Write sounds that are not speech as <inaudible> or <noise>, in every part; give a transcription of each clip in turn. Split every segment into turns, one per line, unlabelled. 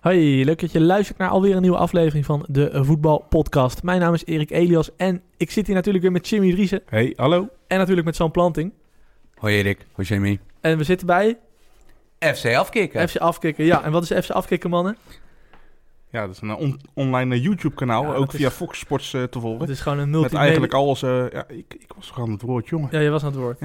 Hoi, leuk dat je luistert naar alweer een nieuwe aflevering van de eh, Voetbalpodcast. Mijn naam is Erik Elias en ik zit hier natuurlijk weer met Jimmy Driessen
Hey, hallo.
en natuurlijk met Sam Planting.
Hoi Erik, hoi Jamie.
En we zitten bij
FC afkicken.
FC Afkikken. Ja, en wat is FC Afkikken, mannen?
Ja, dat is een eh, on- online eh, YouTube-kanaal,
Ja,
ook
dat is-
via Fox Sports eh, te volgen.
Het is gewoon een
Met
multimedia...
eigenlijk alles, eh, ja, ik, ik was toch aan het woord, jongen.
Ja, je was aan het woord.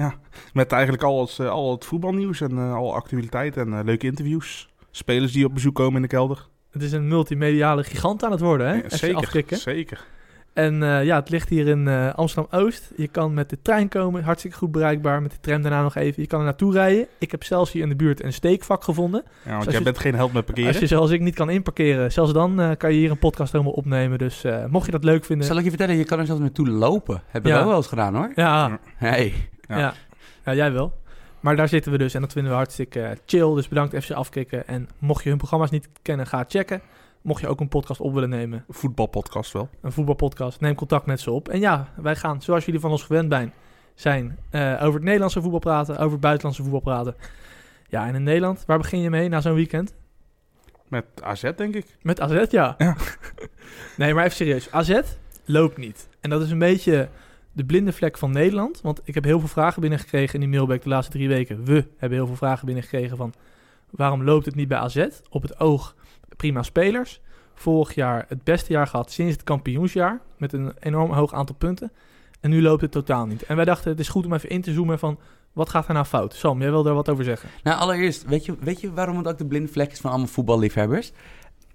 Met eigenlijk alles, eh, al het voetbalnieuws en eh, alle actualiteit en eh, leuke interviews. Spelers die op bezoek komen in de kelder.
Het is een multimediale gigant aan het worden, hè?
Ja,
FC
zeker,
Afkikken.
zeker.
En eh, ja, het ligt hier in eh, Amsterdam-Oost. Je kan met de trein komen, hartstikke goed bereikbaar. Met de tram daarna nog even. Je kan er naartoe rijden. Ik heb zelfs hier in de buurt een steekvak gevonden.
Ja, want
als
jij
je-
bent geen held
Als
met parkeren.
je zoals ik niet kan inparkeren, zelfs dan eh, kan je hier een podcast helemaal opnemen. Dus eh, mocht je dat leuk vinden.
Zal ik je vertellen, je kan er zelfs naartoe lopen. Hebben
Ja.
we wel eens gedaan hoor.
Ja,
Hey.
ja.
Ja.
Ja. jij wel. Maar daar zitten we dus en dat vinden we hartstikke eh, chill. Dus bedankt FC Afkikken. En mocht je hun programma's niet kennen, ga checken. Mocht je ook een podcast op willen nemen,
Voetbalpodcast wel.
een voetbalpodcast, neem contact met ze op. En ja, wij gaan, zoals jullie van ons gewend bij- zijn, eh, over het Nederlandse voetbal praten, over het buitenlandse voetbal praten. Ja, en in Nederland, waar begin je mee na zo'n weekend?
Met AZ, denk ik.
Met AZ, ja. <laughs> nee, maar even serieus. AZ loopt niet. En dat is een beetje de blinde vlek van Nederland. Want ik heb heel veel vragen binnengekregen in die mailback de laatste drie weken. We hebben heel veel vragen binnengekregen van... waarom loopt het niet bij AZ? Op het oog prima spelers. Vorig jaar het beste jaar gehad sinds het kampioensjaar. Met een enorm hoog aantal punten. En nu loopt het totaal niet. En wij dachten, het is goed om even in te zoomen van... wat gaat er nou fout? Sam, jij wil daar wat over zeggen.
Nou, allereerst, weet je, weet je waarom het ook de blinde vlek is van allemaal voetballiefhebbers?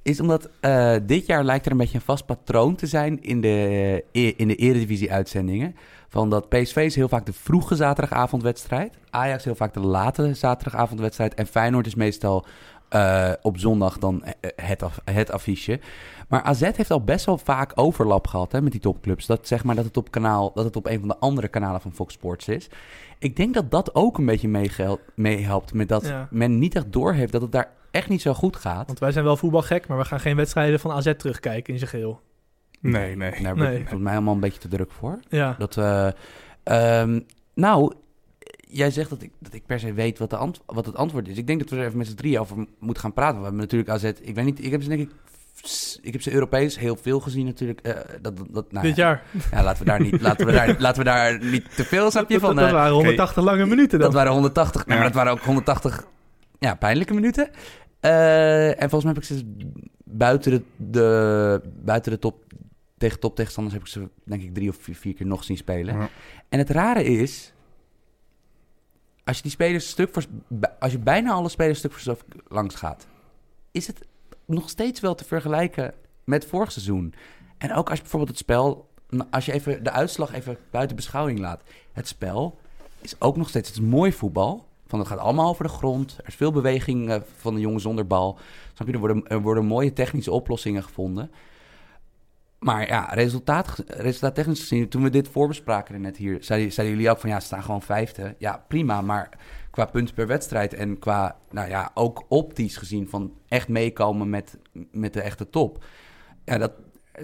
Is omdat eh, dit jaar lijkt er een beetje een vast patroon te zijn in de, e- in de Eredivisie-uitzendingen. Van dat PSV is heel vaak de vroege zaterdagavondwedstrijd. Ajax heel vaak de late zaterdagavondwedstrijd. En Feyenoord is meestal eh, op zondag dan eh, eh, het, af- het affiche. Maar AZ heeft al best wel vaak overlap gehad hè, met die topclubs. Dat zeg maar dat het, op kanaal, dat het op een van de andere kanalen van Fox Sports is. Ik denk dat dat ook een beetje meegehel- meehelpt met dat
Ja.
men niet echt doorheeft dat het daar echt niet zo goed gaat.
Want wij zijn wel voetbalgek, maar we gaan geen wedstrijden van AZ terugkijken in zijn geheel.
Nee, nee.
Daar ben
Nee.
ik volgens mij allemaal een beetje te druk voor.
Ja.
Dat, eh, ehm, nou, jij zegt dat ik, dat ik per se weet wat, de ant- wat het antwoord is. Ik denk dat we er even met z'n drieën over m- moeten gaan praten. We hebben natuurlijk AZ, ik weet niet, ik heb ze denk ik... s- Ik heb ze Europees heel veel gezien natuurlijk. eh, dat, dat, dat- nou
Dit
ja,
jaar.
Ja, laten, we daar niet, laten, we
<laughs>
daar, laten we daar niet te veel, snap je?
Dat-
Van,
dat,
eh,
waren 180 lange minuten dan.
Dat waren 180. Nee,
Ja.
maar dat waren ook 180 ja, pijnlijke minuten. Eh, en volgens mij heb ik ze buiten de, de, buiten de top tegen top tegenstanders heb ik ze denk ik drie of vier, vier keer nog zien spelen.
Ja.
En het rare is, als je die spelers stuk voor als je bijna alle spelers stuk voor stuk langs gaat, is het nog steeds wel te vergelijken met vorig seizoen. En ook als je bijvoorbeeld het spel, als je even de uitslag even buiten beschouwing laat, het spel is ook nog steeds het is mooi voetbal. Van het gaat allemaal over de grond. Er is veel beweging eh, van de jongen zonder bal. Snap je? Er worden, er worden mooie technische oplossingen gevonden. Maar ja, resultaat, resultaat technisch gezien, toen we dit voorbespraken er net hier, zeiden, zeiden jullie ook van ja, ze staan gewoon vijfde. Ja, prima, maar qua punten per wedstrijd en qua, nou ja, ook optisch gezien van echt meekomen met, met de echte top. Ja, dat,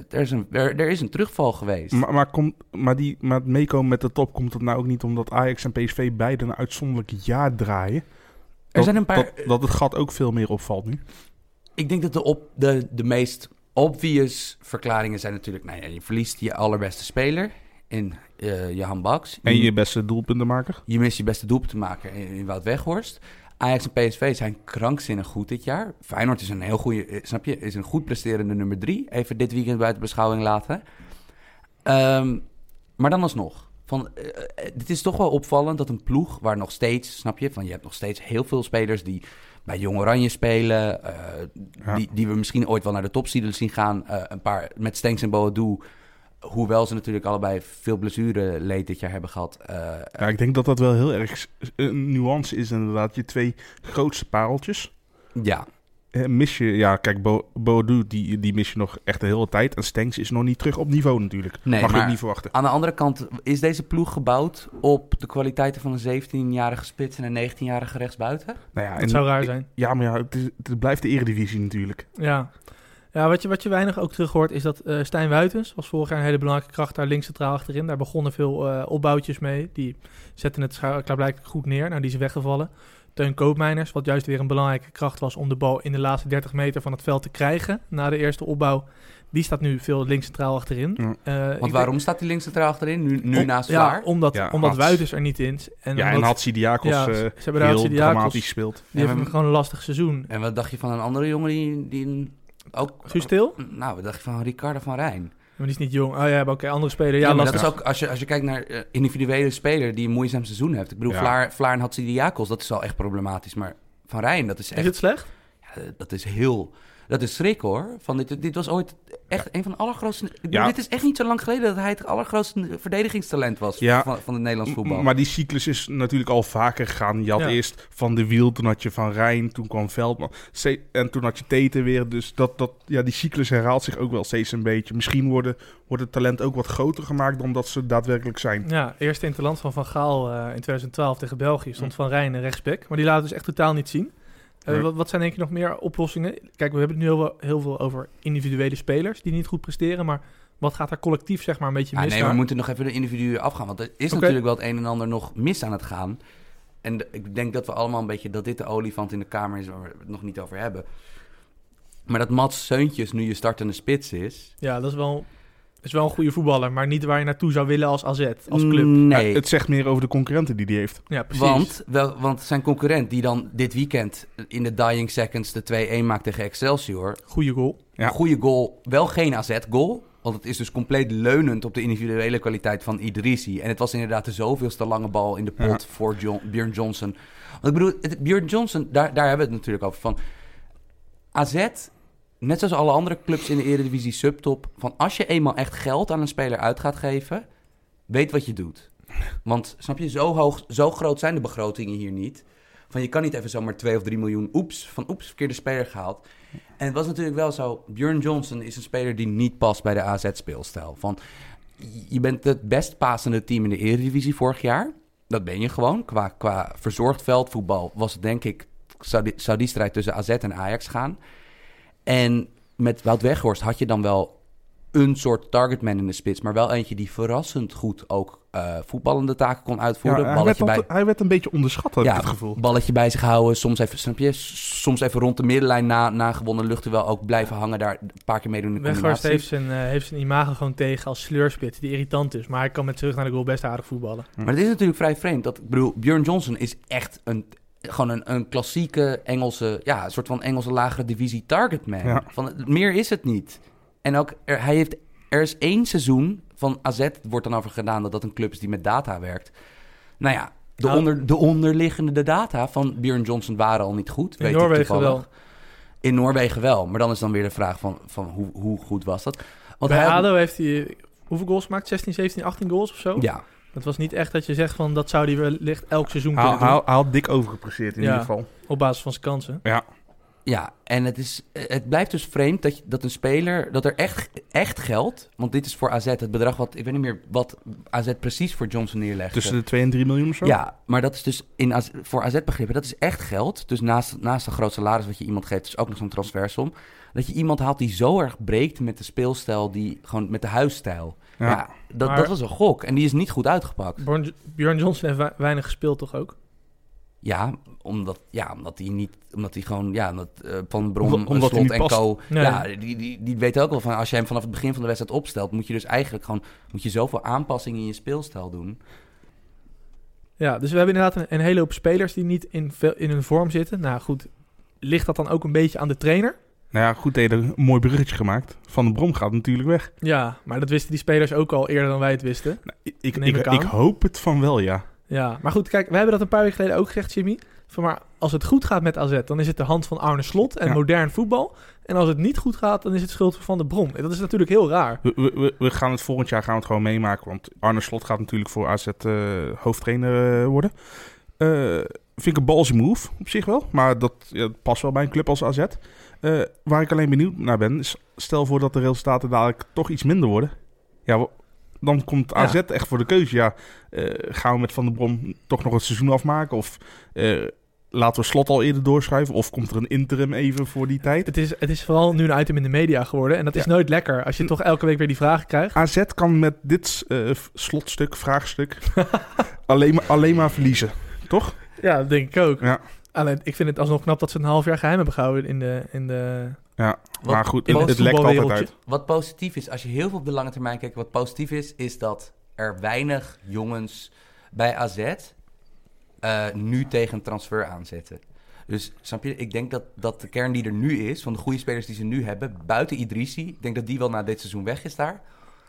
er, is een, er, er is een terugval geweest.
Maar, maar, komt, maar, die, maar het meekomen met de top komt dat nou ook niet omdat Ajax en PSV beiden een uitzonderlijk jaar draaien.
er zijn een paar...
dat, dat het gat ook veel meer opvalt nu.
Ik denk dat de, op, de, de meest obvious verklaringen zijn natuurlijk... Nou ja, je verliest je allerbeste speler in eh Johan Baks.
Mm.
En je beste doelpuntenmaker.
Je mist je beste doelpunt te maken in, in Wout Weghorst. Ajax en PSV zijn krankzinnig goed dit jaar. Feyenoord is een heel goede, eh, snap je, is een goed presterende nummer drie. Even dit weekend buiten beschouwing laten. Ehm, maar dan alsnog. Van, eh, eh, dit is toch wel opvallend dat een ploeg waar nog steeds, snap je, van je hebt nog steeds heel veel spelers die bij Jong Oranje spelen, eh,
Ja.
die, die we misschien ooit wel naar de top zullen zien gaan. Eh, een paar met Stenks en Boadu, hoewel ze natuurlijk allebei veel blessure leed dit jaar hebben gehad. eh,
Ja, Nou, ik denk dat dat wel heel erg s- een nuance is inderdaad. Je twee grootste pareltjes
ja,
eh, mis je... Ja, kijk, Bo- Boadu, die, die mis je nog echt de hele tijd. En Stenks is nog niet terug op niveau natuurlijk.
Nee,
Mag je
maar-
ook niet verwachten.
Aan de andere kant is deze ploeg gebouwd op de kwaliteiten van een 17-jarige spits en een 19-jarige rechtsbuiten.
Nou ja,
Het
en-
zou raar zijn.
ja, maar ja, het, is- het blijft de eredivisie natuurlijk.
Ja. Ja, wat je, wat je weinig ook terug hoort is dat eh, Stijn Wuitens was vorig jaar een hele belangrijke kracht daar links centraal achterin. Daar begonnen veel eh, opbouwtjes mee. Die zetten het scha- klaarblijkelijk goed neer. Nou, die is weggevallen. Teun Koopmeiners, wat juist weer een belangrijke kracht was om de bal in de laatste 30 meter van het veld te krijgen na de eerste opbouw, die staat nu veel links centraal achterin.
Ja.
Eh, ik
Want
denk-
waarom staat die links centraal achterin? Nu, nu
Om-
naast
ja,
Vlaar?
omdat,
Ja,
omdat
Hats.
Wuiters er niet in is. En
Ja, en
omdat-
Hatsi Diakos
ja,
eh,
ze hebben daar
heel
Hatsi Diakos.
dramatisch gespeeld.
die
Ja,
heeft
maar-
hem gewoon een lastig seizoen.
En wat dacht je van een andere jongen die, die een- ook...
Guus Til?
Nou, wat dacht je van Ricardo van Rijn?
Maar die is niet jong. Oh ja, maar oké, andere speler. Ja,
Ja, maar dat
lastig.
is ook, als je, als je kijkt naar eh, individuele speler die een moeizaam seizoen heeft. Ik bedoel,
Ja.
Vlaar, Vlaar en Hatsidiakos, dat is al echt problematisch. Maar Van Rijn, dat is
Is
echt,
het slecht?
ja, Eh, dat is heel, dat is schrik hoor. Van dit, dit was ooit echt een van de allergrootste, ik bedoel,
Ja.
dit is echt niet zo lang geleden dat hij het allergrootste verdedigingstalent was
Ja.
van, van het Nederlands voetbal.
M- Maar die cyclus is natuurlijk al vaker gegaan. Je had
Ja.
eerst Van de Wiel, toen had je Van Rijn, toen kwam Veldman. Ste- En toen had je Teten weer. Dus dat, dat, ja, die cyclus herhaalt zich ook wel steeds een beetje. Misschien worden, wordt het talent ook wat groter gemaakt dan dat ze daadwerkelijk zijn.
Ja, eerste interland van Van Gaal eh, in 2012 tegen België stond
Mm.
Van Rijn een rechtsback. Maar die laten we dus echt totaal niet zien. Eh,
Nee.
wat, wat zijn denk je nog meer oplossingen? Kijk, we hebben het nu heel, wel- heel veel over individuele spelers die niet goed presteren. Maar wat gaat daar collectief zeg maar een beetje
Ah,
mis?
nee, maar we moeten nog even de individuen afgaan. Want er is
Oké.
natuurlijk wel het een en ander nog mis aan het gaan. En de- ik denk dat we allemaal een beetje... dat dit de olifant in de kamer is waar we het nog niet over hebben. Maar dat Mats Seuntjes nu je startende spits is...
Ja, dat is wel, is wel een goede voetballer. Maar niet waar je naartoe zou willen als AZ,
Mm.
als club.
Nee,
Eh, Het zegt meer over de concurrenten die die heeft.
Ja, precies.
want, wel, want zijn concurrent die dan dit weekend... in de dying seconds de 2-1 maakt tegen Excelsior...
Goede goal.
Ja.
Een goede goal, wel geen AZ-goal. Want het is dus compleet leunend op de individuele kwaliteit van Idrissi. En het was inderdaad de zoveelste lange bal in de pot voor Jo- Björn Johnson. Want ik bedoel, het, Björn Johnson, daar, daar hebben we het natuurlijk over. Van AZ, net zoals alle andere clubs in de Eredivisie subtop... van als je eenmaal echt geld aan een speler uit gaat geven... weet wat je doet. Want, snap je, zo, hoog, zo groot zijn de begrotingen hier niet... Van je kan niet even zomaar 2 of 3 miljoen oeps, van oeps, verkeerde speler gehaald. En het was natuurlijk wel zo. Björn Johnson is een speler die niet past bij de AZ-speelstijl. Van, je bent het best pasende team in de Eredivisie vorig jaar. Dat ben je gewoon. Qua, qua verzorgd veldvoetbal was het denk ik... Zou die, zou die strijd tussen AZ en Ajax gaan. En met Wout Weghorst had je dan wel een soort targetman in de spits... maar wel eentje die verrassend goed ook eh, voetballende taken kon
Ja,
uitvoeren.
hij, werd
balletje
al
bij...
te- hij werd een beetje onderschat, heb
Ja,
ik het gevoel.
Balletje bij zich houden, soms even, snap je? S- Soms even rond de middenlijn na, na gewonnen luchtduel ook blijven hangen. Daar een paar keer meedoen in de
Weghorst
combinatie.
heeft zijn, eh, heeft zijn imago gewoon tegen als sleurspit die irritant is. Maar hij kan met terug naar de goal best aardig voetballen.
Maar het is natuurlijk vrij vreemd. Dat, ik bedoel, Björn Johnson is echt een, gewoon een, een klassieke Engelse... Ja, een soort van Engelse lagere divisie targetman.
Ja.
Van, meer is het niet. En ook, er, hij heeft... Er is één seizoen van AZ wordt dan over gedaan... dat dat een club is die met data werkt. Nou ja, de,
Nou.
onder, de onderliggende de data van Björn Johnson waren al niet goed.
In
weet ik
Noorwegen
toevallig.
wel.
In Noorwegen wel, maar dan is dan weer de vraag van, van hoe, hoe goed was dat? Want
Bij
hij had-
ADO heeft hij eh, hoeveel goals gemaakt? 16, 17, 18 goals of zo?
ja,
Dat was niet echt dat je zegt van dat zou hij wellicht elk seizoen
Hij,
kunnen doen.
hij- hij had dik overgepresseerd in
Ja.
ieder geval.
Op basis van zijn kansen.
ja, en het, is, het blijft dus vreemd dat, je, dat een speler, dat er echt, echt geld, want dit is voor AZ het bedrag wat, ik weet niet meer wat AZ precies voor Johnson neerlegde.
Tussen de 2 en 3 miljoen of zo.
Ja, maar dat is dus in AZ voor AZ-begrippen, dat is echt geld. Dus naast, naast een groot salaris wat je iemand geeft, is ook nog zo'n transfersom. Dat je iemand haalt die zo erg breekt met de speelstijl, die, gewoon met de huisstijl. Ja,
Ja.
dat,
Maar-
dat was een gok en die is niet goed uitgepakt.
Born- Bjorn Johnson heeft wei- weinig gespeeld toch ook?
Ja, omdat, ja, omdat hij niet, omdat hij gewoon, ja, omdat eh, Van Brom,
Omdat-
eh,
omdat hij
Slot
niet
en
past.
Co.
Nee.
Ja, die, die, die weten ook wel van, als je hem vanaf het begin van de wedstrijd opstelt, moet je dus eigenlijk gewoon, moet je zoveel aanpassingen in je speelstijl doen.
Ja, dus we hebben inderdaad een, een hele hoop spelers die niet in, veel, in hun vorm zitten. Nou goed, ligt dat dan ook een beetje aan de trainer?
Nou ja, goed, hij heeft een mooi bruggetje gemaakt. Van de Brom gaat natuurlijk weg.
Ja, maar dat wisten die spelers ook al eerder dan wij het wisten.
Nou, ik, ik,
Neem
ik,
ik aan.
ik hoop het van wel, ja.
Ja, maar goed, kijk, we hebben dat een paar weken geleden ook gezegd, Jimmy. Van maar als het goed gaat met AZ, dan is het de hand van Arne Slot en
Ja.
modern voetbal. En als het niet goed gaat, dan is het schuld van Van de Brom. En Dat is natuurlijk heel raar.
We, we- we, we gaan het volgend jaar gaan we het gewoon meemaken. Want Arne Slot gaat natuurlijk voor AZ eh, hoofdtrainer eh, worden. Eh, vind ik een balsy move op zich wel. Maar dat ja, dat past wel bij een club als AZ. Eh, waar ik alleen benieuwd naar ben, is stel voor dat de resultaten dadelijk toch iets minder worden. Ja, wa- dan komt AZ echt voor de keuze. Ja, eh, gaan we met Van der Brom toch nog het seizoen afmaken? Of eh, laten we Slot al eerder doorschuiven? Of komt er een interim even voor die tijd?
Het is, het is vooral nu een item in de media geworden. En dat is nooit lekker als je toch elke week weer die vragen krijgt.
AZ kan met dit eh, v- slotstuk, vraagstuk, alleen, maar, alleen maar verliezen. Toch?
Ja, dat denk ik ook.
Ja.
Alleen, ik vind het alsnog knap dat ze een half jaar geheim hebben gehouden in de... In de...
maar goed,
in
het,
het
het lekt altijd
voetbalwereldje.
uit.
Wat positief is, als je heel veel op de lange termijn kijkt, wat positief is, is dat er weinig jongens bij AZ eh, nu tegen een transfer aanzetten. Dus snap je, ik denk dat, dat de kern die er nu is, van de goede spelers die ze nu hebben, buiten Idrisi, ik denk dat die wel na dit seizoen weg is daar.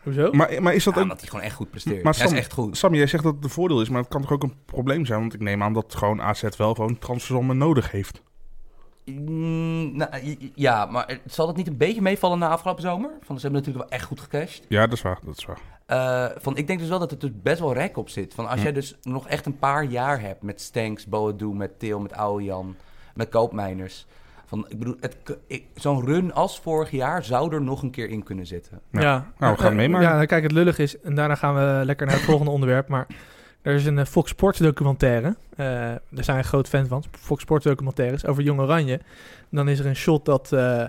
Hoezo?
Maar, maar is dat
Ja,
ook...
omdat hij gewoon echt goed presteert.
Maar
Hij is
Sam-
echt goed.
Sam, jij zegt dat het een voordeel is, maar het kan toch ook een probleem zijn? Want ik neem aan dat gewoon AZ wel gewoon transfersommen nodig heeft.
Mm, nou, j- j- ja, maar het- zal dat niet een beetje meevallen na afgelopen zomer? Van, ze hebben natuurlijk wel echt goed gecashed.
Ja, dat is waar. Dat is waar.
Eh, van, ik denk dus wel dat het er best wel rek op zit. Van, als jij dus nog echt een paar jaar hebt met Stanks, Boadu, met Til, met Ouwejan, met Koopmijners. Van, ik bedoel, het k- ik- zo'n run als vorig jaar zou er nog een keer in kunnen zitten.
Ja. Nou, we gaan
Eh,
meemaken.
Ja, kijk, het lullig is, en daarna gaan we lekker naar het volgende <laughs> onderwerp, maar er is een eh, Fox Sports documentaire, Eh, daar zijn we een groot fan van, Fox Sports documentaires, over Jong Oranje. En dan is er een shot dat eh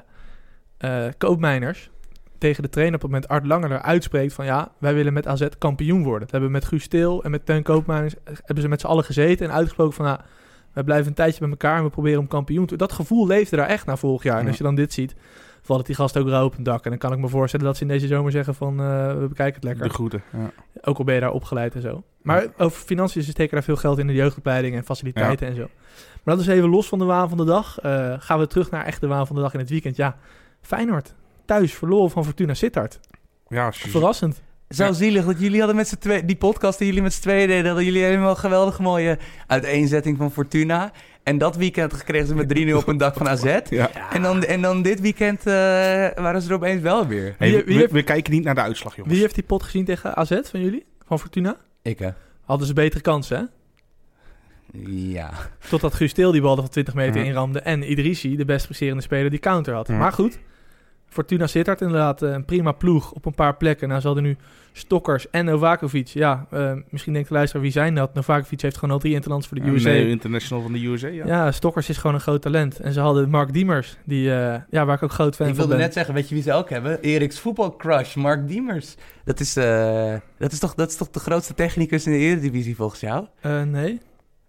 eh, Koopmeiners tegen de trainer op het moment Art Langer eruit spreekt van ja, wij willen met AZ kampioen worden. Dat hebben we met Guus Til en met Teun Koopmeiners, eh, hebben ze met z'n allen gezeten en uitgesproken van ja, wij blijven een tijdje bij elkaar en we proberen om kampioen te Dat gevoel leefde daar echt na vorig jaar. En
Ja.
als je dan dit ziet, valt het die gast ook rauw op het dak. En dan kan ik me voorstellen dat ze in deze zomer zeggen van... eh, we bekijken het lekker.
De groeten. Ja.
Ook al ben je daar opgeleid en zo. Maar over financiën ze steken daar veel geld in de jeugdopleiding en faciliteiten en zo. Maar dat is even los van de waan van de dag. Eh, gaan we terug naar echt de waan van de dag in het weekend. Ja, Feyenoord. Thuis verloren van Fortuna Sittard.
Ja, als je-
Verrassend.
Zo
Ja.
zielig dat jullie hadden met z'n twee, die podcast die jullie met z'n tweeën deden, hadden jullie helemaal geweldig mooie uiteenzetting van Fortuna. En dat weekend gekregen ze met 3-0 op een dak van AZ.
Ja.
En, dan, en dan dit weekend eh, waren ze er opeens wel weer.
Hey,
Wie- wie
we,
heeft-
we kijken niet naar de uitslag, jongens.
Wie heeft die pot gezien tegen AZ van jullie? Van Fortuna?
Ik hè?
Hadden ze betere kansen, hè?
Ja.
Totdat Guus Til die bal er van 20 meter
Ja.
inramde. En Idrissi, de best presterende speler, die counter had.
Ja.
Maar goed, Fortuna Sittard inderdaad eh, een prima ploeg op een paar plekken. Nou, ze hadden nu Stokkers en Novakovic. Ja, eh, misschien denkt de luisteraar, wie zijn dat? Novakovic heeft gewoon al drie interlands voor de
Ja,
USA.
nee, international van de USA, ja.
ja. Stokkers is gewoon een groot talent. En ze hadden Mark Diemers, die, eh, ja, waar ik ook groot fan
Ik
van
wilde
ben.
net zeggen, weet je wie ze ook hebben? Eriks voetbalcrush, Mark Diemers. Dat is, eh, dat, is toch, dat is toch de grootste technicus in de Eredivisie volgens jou?
Eh, nee,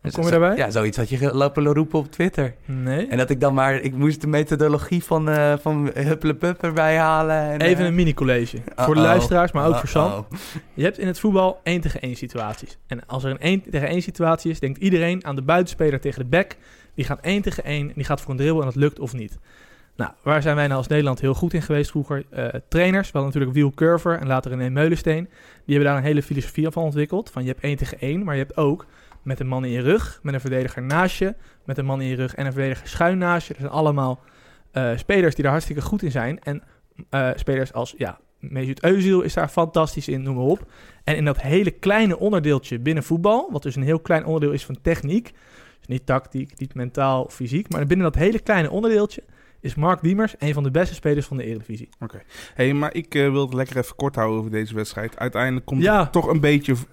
Dus-
kom je daarbij?
Ja, zoiets had je ge- lopen roepen op Twitter.
nee.
En dat ik dan maar... Ik moest de methodologie van, eh van Huppelepup erbij halen. En,
Even
eh,
een mini-college.
Uh-oh.
Voor de luisteraars, maar ook voor Sam.
uh-oh.
Je hebt in het voetbal 1 tegen 1 situaties. En als er een 1 tegen 1 situatie is, denkt iedereen aan de buitenspeler tegen de back. Die gaat 1 tegen 1 en die gaat voor een dribbel en dat lukt of niet. Nou, waar zijn wij nou als Nederland heel goed in geweest vroeger? Eh, trainers, wel natuurlijk Wiel Curver en later René Meulensteen. Die hebben daar een hele filosofie van ontwikkeld. Van je hebt 1 tegen 1, maar je hebt ook met een man in je rug, met een verdediger naast je, met een man in je rug en een verdediger schuin naast je. Dat zijn allemaal eh, spelers die daar hartstikke goed in zijn. En eh, spelers als, ja, Mesut Özil is daar fantastisch in, noem maar op. En in dat hele kleine onderdeeltje binnen voetbal, wat dus een heel klein onderdeel is van techniek, dus niet tactiek, niet mentaal of fysiek, maar binnen dat hele kleine onderdeeltje is Mark Diemers een van de beste spelers van de Eredivisie.
Hey, maar ik eh, wil het lekker even kort houden over deze wedstrijd. Uiteindelijk komt
Ja.
het toch een beetje v-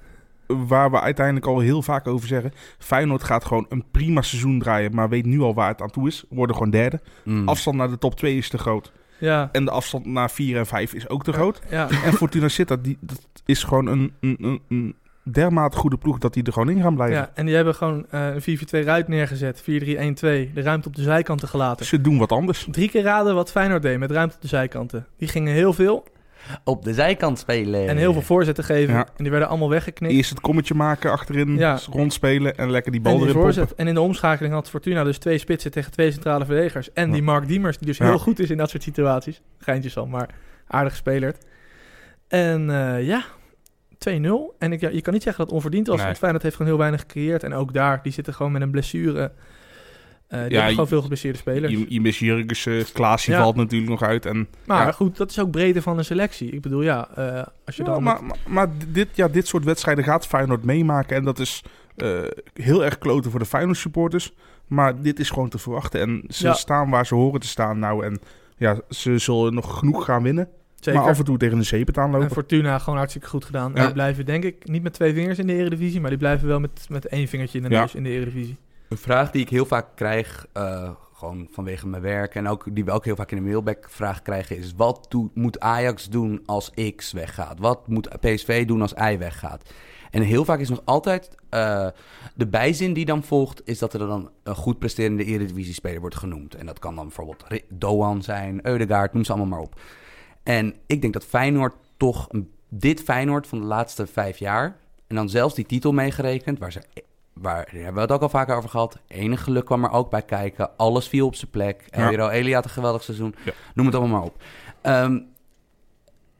waar we uiteindelijk al heel vaak over zeggen. Feyenoord gaat gewoon een prima seizoen draaien, maar weet nu al waar het aan toe is. Worden gewoon derde.
Mm.
Afstand naar de top 2 is te groot.
Ja,
En de afstand naar 4 en 5 is ook te groot.
ja. <laughs>
En Fortuna Sittard, die, dat is gewoon een, een, een, een dermate goede ploeg dat die er gewoon in gaan blijven.
ja. En die hebben gewoon eh, een 4-4-2 ruit neergezet, 4-3-1-2, de ruimte op de zijkanten gelaten.
Ze doen wat anders.
Drie keer raden wat Feyenoord deed met ruimte op de zijkanten. Die gingen heel veel
Op de zijkant spelen.
en heel veel voorzetten geven
Ja.
en die werden allemaal weggeknikt.
Eerst het kommetje maken achterin,
Ja.
rondspelen en lekker die
En
bal
die
erin
voorzet.
pompen.
En in de omschakeling had Fortuna dus twee spitsen tegen twee centrale verdedigers. En
Ja.
die Mark Diemers, die dus
Ja.
heel goed is in dat soort situaties. Geintjes al, maar aardig gespeeld. En eh, ja, 2-0. En ik, ja, je kan niet zeggen dat het onverdiend was.
Nee.
Want Feyenoord heeft gewoon heel weinig gecreëerd. En ook daar, die zitten gewoon met een blessure. Eh, die hebben
je-
gewoon veel geblesseerde spelers.
Je, je mist Jurgensen, Klaasje
Ja.
valt natuurlijk nog uit en...
maar
ja.
goed, dat is ook breedte van een selectie. Ik bedoel, ja, eh, als je
Ja,
dan...
maar, maar, maar dit, ja, dit soort wedstrijden gaat Feyenoord meemaken. En dat is eh, heel erg kloten voor de Feyenoord supporters. Maar dit is gewoon te verwachten. En ze
Ja.
staan waar ze horen te staan nou. En ja, ze zullen nog genoeg gaan winnen.
zeker.
Maar af en toe tegen de zeepet aanlopen.
En Fortuna gewoon hartstikke goed gedaan. En
Ja.
die blijven denk ik niet met twee vingers in de eredivisie, maar die blijven wel met, met één vingertje in de
Ja.
neus in de eredivisie.
Een vraag die ik heel vaak krijg, eh, gewoon vanwege mijn werk... en ook, die we ook heel vaak in de mailback vraag krijgen... is wat doe- moet Ajax doen als X weggaat? Wat moet PSV doen als Y weggaat? En heel vaak is nog altijd eh, de bijzin die dan volgt, is dat er dan een goed presterende Eredivisie-speler wordt genoemd. En dat kan dan bijvoorbeeld Ri- Doan zijn, Eudegaard, noem ze allemaal maar op. En ik denk dat Feyenoord toch een- dit Feyenoord van de laatste vijf jaar, en dan zelfs die titel meegerekend, waar ze, e- waar daar hebben we het ook al vaker over gehad, enig geluk kwam er ook bij kijken, alles viel op zijn plek.
Ja.
El Elia had een geweldig seizoen,
Ja.
noem het allemaal maar op. Ehm,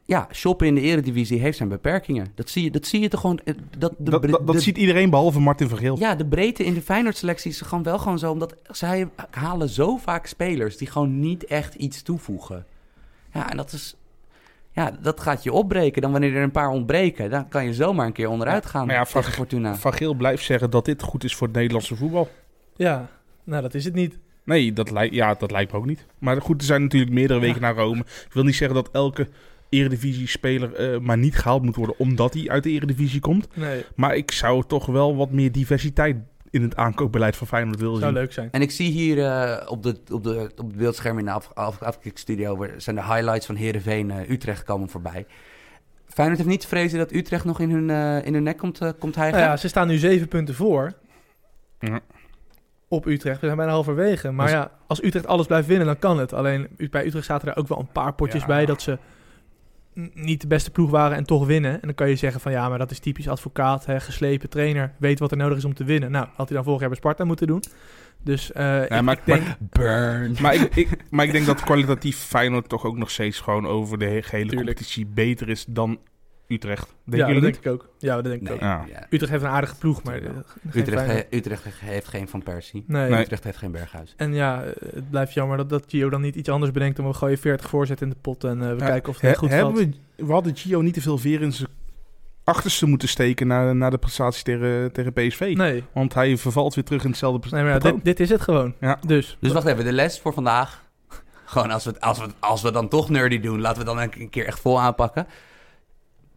ja, shoppen in de eredivisie heeft zijn beperkingen. Dat zie je, dat zie je toch gewoon... eh, Dat, de,
dat,
bre-
dat, dat
de-
ziet iedereen behalve Martin van Geel.
Ja, de breedte in de Feyenoord-selectie is gewoon wel gewoon zo... omdat zij halen zo vaak spelers die gewoon niet echt iets toevoegen. Ja, en dat is... Ja, dat gaat je opbreken. Dan wanneer er een paar ontbreken... dan kan je zomaar een keer onderuit gaan
maar ja, van-
tegen Fortuna.
Van Geel blijft zeggen dat dit goed is voor het Nederlandse voetbal.
Ja, nou dat is het niet.
Nee, dat, lijkt ja, dat lijkt me ook niet. Maar goed, er zijn natuurlijk meerdere wegen naar Rome. Ik wil niet zeggen dat elke Eredivisie-speler eh, maar niet gehaald moet worden omdat hij uit de Eredivisie komt.
Nee,
Maar ik zou toch wel wat meer diversiteit in het aankoopbeleid van Feyenoord willen
zou
zien.
leuk zijn.
En ik zie hier eh, op, de, op, de, op het beeldscherm in de af- af- afkikstudio... waar- zijn de highlights van Heerenveen eh, Utrecht komen voorbij. Feyenoord heeft niet te vrezen dat Utrecht nog in hun, eh, in hun nek komt, eh, komt hijgen.
Nou ja, ze staan nu zeven punten voor.
Ja.
Op Utrecht. We zijn bijna halverwege. Maar
Dus-
ja, als Utrecht alles blijft winnen, dan kan het. Alleen u- bij Utrecht zaten er ook wel een paar potjes
Ja.
bij dat ze n- niet de beste ploeg waren en toch winnen. En dan kan je zeggen van ja, maar dat is typisch advocaat, hè, geslepen trainer, weet wat er nodig is om te winnen. Nou, had hij dan vorig jaar bij Sparta moeten doen. Dus eh,
Nee,
ik,
maar-
ik denk,
Burn.
Maar ik, ik, maar ik denk dat kwalitatief Feyenoord toch ook nog steeds gewoon over de he- gehele
Tuurlijk.
competitie beter is dan Utrecht.
ja,
Denken
dat
jullie
denk
niet?
ik ook. Ja, dat denk ik ook.
Nee,
Ja.
ja.
Utrecht heeft een aardige ploeg, maar eh, geen
Utrecht,
Feyenoord.
he- Utrecht he- heeft geen Van Persie.
nee.
Nee.
Utrecht heeft geen Berghuis.
En ja, eh, het blijft jammer dat, dat Gio dan niet iets anders bedenkt. Dan we gooien 40 voorzet in de pot en eh, we
Ja,
kijken of het
He-
goed
hebben
valt.
we, we hadden Gio niet te veel veer in zijn achterste moeten steken na, na de prestatie tegen, tegen PSV.
Nee,
Want hij vervalt weer terug in hetzelfde pres-
nee maar ja,
patroon.
dit, dit is het gewoon.
Ja.
Dus,
Dus wacht even, de les voor vandaag. <laughs> Gewoon als we, het- als we, het- als we dan toch nerdy doen, laten we dan een een keer echt vol aanpakken.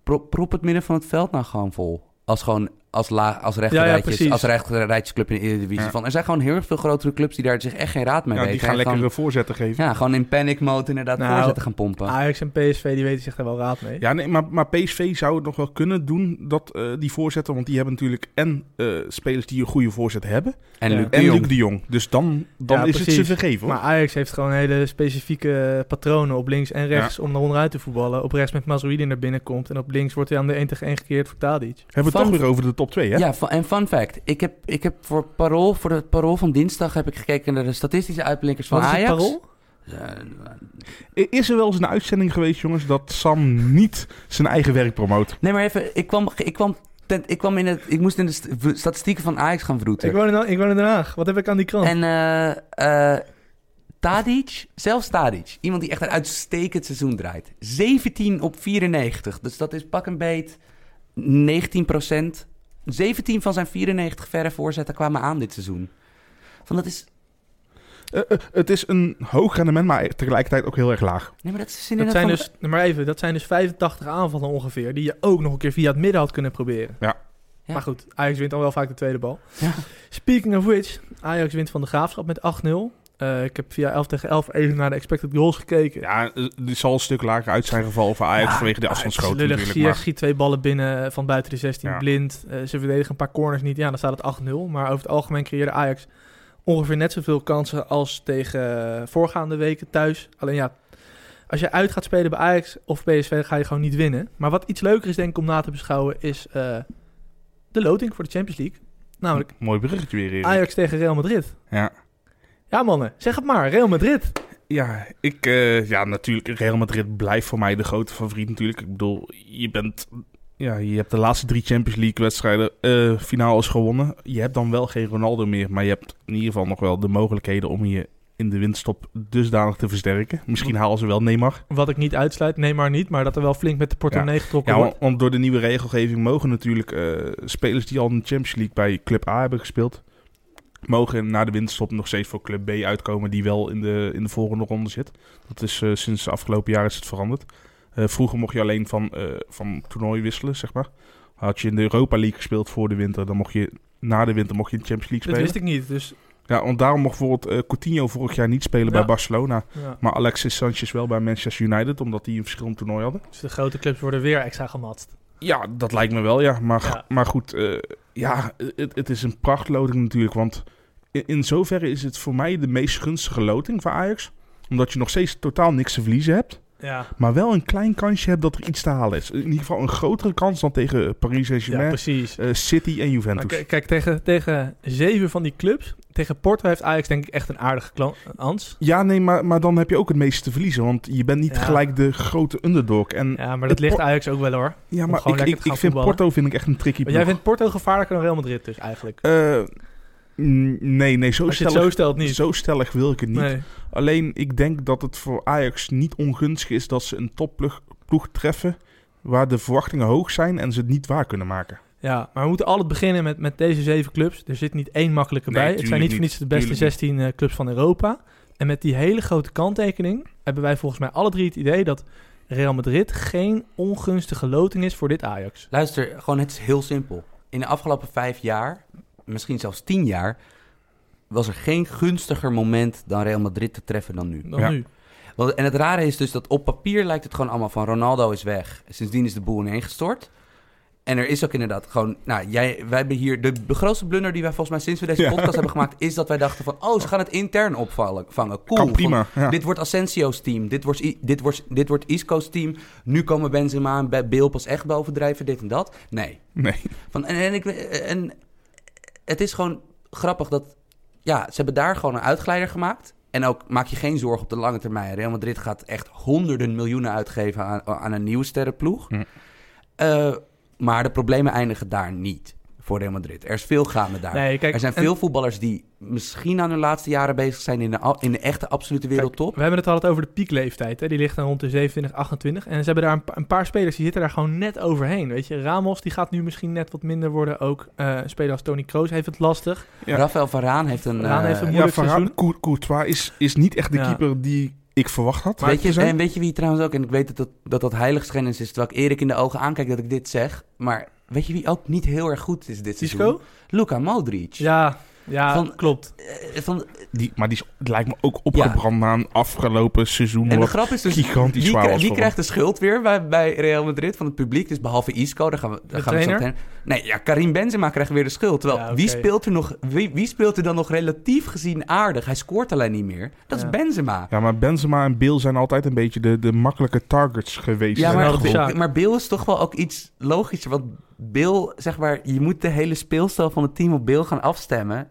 Pro- prop het midden van het veld nou gewoon vol. Als gewoon als, la, als rechterrijtjes,
precies.
als rechterrijtjesclub in de Eredivisie.
Ja.
Van, er zijn gewoon heel erg veel grotere clubs die daar zich echt geen raad mee
ja,
weten.
die gaan
En
lekker
gewoon,
een voorzetten geven.
ja, gewoon in panic mode inderdaad
Nou,
voorzetten gaan pompen.
Ajax en PSV, die weten zich daar wel raad mee.
Ja, nee, maar, maar PSV zou het nog wel kunnen doen, dat, eh, die voorzetten. Want die hebben natuurlijk en eh, spelers die een goede voorzet hebben.
en
ja.
Luc de
En
Jong.
Luc de Jong. Dus dan, dan
Ja,
is
precies.
het ze vergeven. Hoor.
Maar Ajax heeft gewoon hele specifieke eh, patronen op links en rechts om naar onderuit te voetballen. Op rechts met Mazraoui die naar binnen komt. En op links wordt hij aan de 1 tegen 1 gekeerd voor Tadic.
Hebben we het
Van-
toch weer over de top 2, hè?
Ja, fa- en fun fact. Ik heb, ik heb voor, parool, voor het parool van dinsdag heb ik gekeken naar de statistische uitblinkers van
Wat is het
Ajax.
parool?
Ja,
I- Is er wel eens een uitzending geweest, jongens, dat Sam niet zijn eigen werk promoot?
Nee, maar even, ik kwam, ik kwam, ten- ik kwam in het, ik moest in de st- v- statistieken van Ajax gaan
Ik
vroeten.
woon, in, ik woon in Den Haag. Wat heb ik aan die krant?
En eh, eh, Tadic, zelfs Tadic, iemand die echt een uitstekend seizoen draait. 17 op 94, dus dat is pak een beet 19 17 van zijn 94 verre voorzetten kwamen aan dit seizoen. Van dat is,
Eh, eh, het is een hoog rendement, maar tegelijkertijd ook heel erg laag.
nee, maar dat is
dat
inderdaad
zijn
van-
dus, maar even, dat zijn dus 85 aanvallen ongeveer. Die je ook nog een keer via het midden had kunnen proberen.
Ja.
Ja.
Maar goed, Ajax wint dan wel vaak de tweede bal.
Ja.
Speaking of which, Ajax wint van de Graafschap met 8-0. Eh, ik heb via 11 tegen 11 even naar de expected goals gekeken.
Ja, eh, die zal een stuk lager uit zijn geval voor Ajax
Ja,
vanwege de
Ah, het is
afstandsschoten
lullig.
natuurlijk.
Ziyech
Maar
schiet twee ballen binnen eh, van buiten de 16
Ja.
blind. Eh, ze verdedigen een paar corners niet. Ja, dan staat het 8-0. Maar over het algemeen creëerde Ajax ongeveer net zoveel kansen als tegen eh, voorgaande weken thuis. Alleen ja, als je uit gaat spelen bij Ajax of PSV ga je gewoon niet winnen. Maar wat iets leuker is denk ik om na te beschouwen is eh, de loting voor de Champions League. Namelijk
mooi bruggetje weer, Erik.
Ajax tegen Real Madrid.
Ja.
Ja mannen, zeg het maar. Real Madrid.
Ja, ik, eh, ja, natuurlijk. Real Madrid blijft voor mij de grote favoriet natuurlijk. Ik bedoel, je bent... Ja, je hebt de laatste drie Champions League wedstrijden eh finales gewonnen. Je hebt dan wel geen Ronaldo meer, maar je hebt in ieder geval nog wel de mogelijkheden om je in de winststop dusdanig te versterken. Misschien halen ze wel Neymar.
Wat ik niet uitsluit, nee maar niet. Maar dat er wel flink met de portemonnee getrokken
Ja,
wordt.
want, want door de nieuwe regelgeving mogen natuurlijk eh, spelers die al in de Champions League bij Club A hebben gespeeld, mogen na de winststop nog steeds voor Club B uitkomen die wel in de, in de volgende ronde zit. Dat is eh, sinds de afgelopen jaar is het veranderd. Eh, vroeger mocht je alleen van, eh, van toernooi wisselen, zeg maar. Had je in de Europa League gespeeld voor de winter, dan mocht je na de winter mocht je in de Champions League
Dat
spelen.
wist ik niet. Dus
Ja, want daarom mocht bijvoorbeeld eh, Coutinho vorig jaar niet spelen bij
Ja.
Barcelona,
ja.
maar Alexis Sanchez wel bij Manchester United, omdat die een verschillend toernooi hadden.
Dus de grote clubs worden weer extra gematst.
Ja, dat lijkt me wel, ja. Maar,
Ja.
maar goed, eh, ja, het, het is een prachtloting natuurlijk. Want in, in zoverre is het voor mij de meest gunstige loting voor Ajax. Omdat je nog steeds totaal niks te verliezen hebt.
Ja,
Maar wel een klein kansje hebt dat er iets te halen is. In ieder geval een grotere kans dan tegen Paris
ja
Saint-Germain,
precies.
eh, City en
Maar
Juventus.
k- kijk, tegen, tegen zeven van die clubs, tegen Porto heeft Ajax denk ik echt een aardige klan- kans.
Ja, nee, maar, maar dan heb je ook het meeste te verliezen. Want je bent niet
Ja.
gelijk de grote underdog. En ja,
Ja, maar dat
Het
ligt
Por-
Ajax ook wel hoor. om
maar
gewoon
ik,
lekker
ik,
te gaan
ik vind
voetballen.
Porto vind ik echt een tricky
Want jij
ploeg.
vindt Porto gevaarlijker dan Real Madrid dus eigenlijk.
Eh, mm, nee, nee, zo
Als je het zo
stellig,
stelt
zo,
niet.
stellig wil ik het niet.
Nee.
Alleen, ik denk dat het voor Ajax niet ongunstig is dat ze een topploeg ploeg treffen... waar de verwachtingen hoog zijn en ze het niet waar kunnen maken.
Ja, maar we moeten altijd beginnen met, met deze zeven clubs. Er zit niet één makkelijke
Nee,
bij. Het
tuurlijk
zijn niet
niet.
voor niets de beste
Tuurlijk niet.
16 eh, clubs van Europa. En met die hele grote kanttekening hebben wij volgens mij alle drie het idee dat Real Madrid geen ongunstige loting is voor dit Ajax.
Luister, gewoon het is heel simpel. In de afgelopen vijf jaar, misschien zelfs tien jaar, was er geen gunstiger moment dan Real Madrid te treffen dan nu.
Dan
Ja.
nu.
Want, en het rare is dus dat op papier lijkt het gewoon allemaal van Ronaldo is weg. Sindsdien is de boel ineengestort. En er is ook inderdaad gewoon, nou, jij, wij hebben hier de, de grootste blunder die wij volgens mij sinds we deze
Ja.
podcast hebben gemaakt, is dat wij dachten van, oh, ze gaan het intern opvangen. Vangen. Cool.
kan prima.
Ah.
Ja.
Dit wordt Asensio's team. Dit wordt, I- dit, wordt, dit wordt East Coast team. Nu komen Benzema en Be- Bale pas echt bovendrijven, dit en dat. Nee.
Nee.
Van, en, en, ik, en het is gewoon grappig dat... Ja, ze hebben daar gewoon een uitglijder gemaakt. En ook maak je geen zorgen op de lange termijn. Real Madrid gaat echt honderden miljoenen uitgeven aan, aan een nieuwe sterrenploeg.
Hm.
Eh, maar de problemen eindigen daar niet voor Real Madrid. Er is veel gaande daar.
Nee, kijk,
er zijn
en-
veel voetballers die misschien aan hun laatste jaren bezig zijn... in de, al- in de echte absolute wereldtop.
We hebben het altijd over de piekleeftijd. Hè? Die ligt dan rond de 27, 28. En ze hebben daar een, pa- een paar spelers die zitten daar gewoon net overheen. Weet je, Ramos die gaat nu misschien net wat minder worden. Ook eh, een speler als Tony Kroos heeft het lastig.
Ja.
Rafael Varaan heeft een...
Varaan
eh,
heeft een
Ja,
moeilijk
Varaan,
seizoen.
Cour- Courtois is, is niet echt de
Ja.
keeper die ik verwacht had.
weet, je,
Te zijn.
en weet je wie trouwens ook, en ik weet dat dat, dat, dat heiligschennis is, terwijl ik Erik in de ogen aankijk dat ik dit zeg, maar weet je wie ook niet heel erg goed is dit seizoen?
Cisco?
Luka Modric.
Ja, ja
Van-
klopt.
Eh, van,
Die, maar die is- het lijkt me ook opgebrand na een afgelopen seizoen.
en de
wat
grap is dus,
gigantisch
die,
zwaar
kri-
was
die
voor hem.
krijgt de schuld weer bij, bij Real Madrid van het publiek, dus behalve Isco, daar gaan we, daar
De
gaan we zo
trainer?
meteen- Nee, ja, Karim Benzema krijgt weer de schuld, terwijl
Ja, oké.
wie, speelt er nog, wie, wie speelt er dan nog relatief gezien aardig? Hij scoort alleen niet meer. Dat
Ja.
is Benzema.
Ja, maar Benzema en Bill zijn altijd een beetje de, de makkelijke targets geweest.
Ja,
Ze
maar,
hadden
goed,
Bizar.
maar Bill is toch wel ook iets logischer. Want Bill, zeg maar, je moet de hele speelstijl van het team op Bill gaan afstemmen.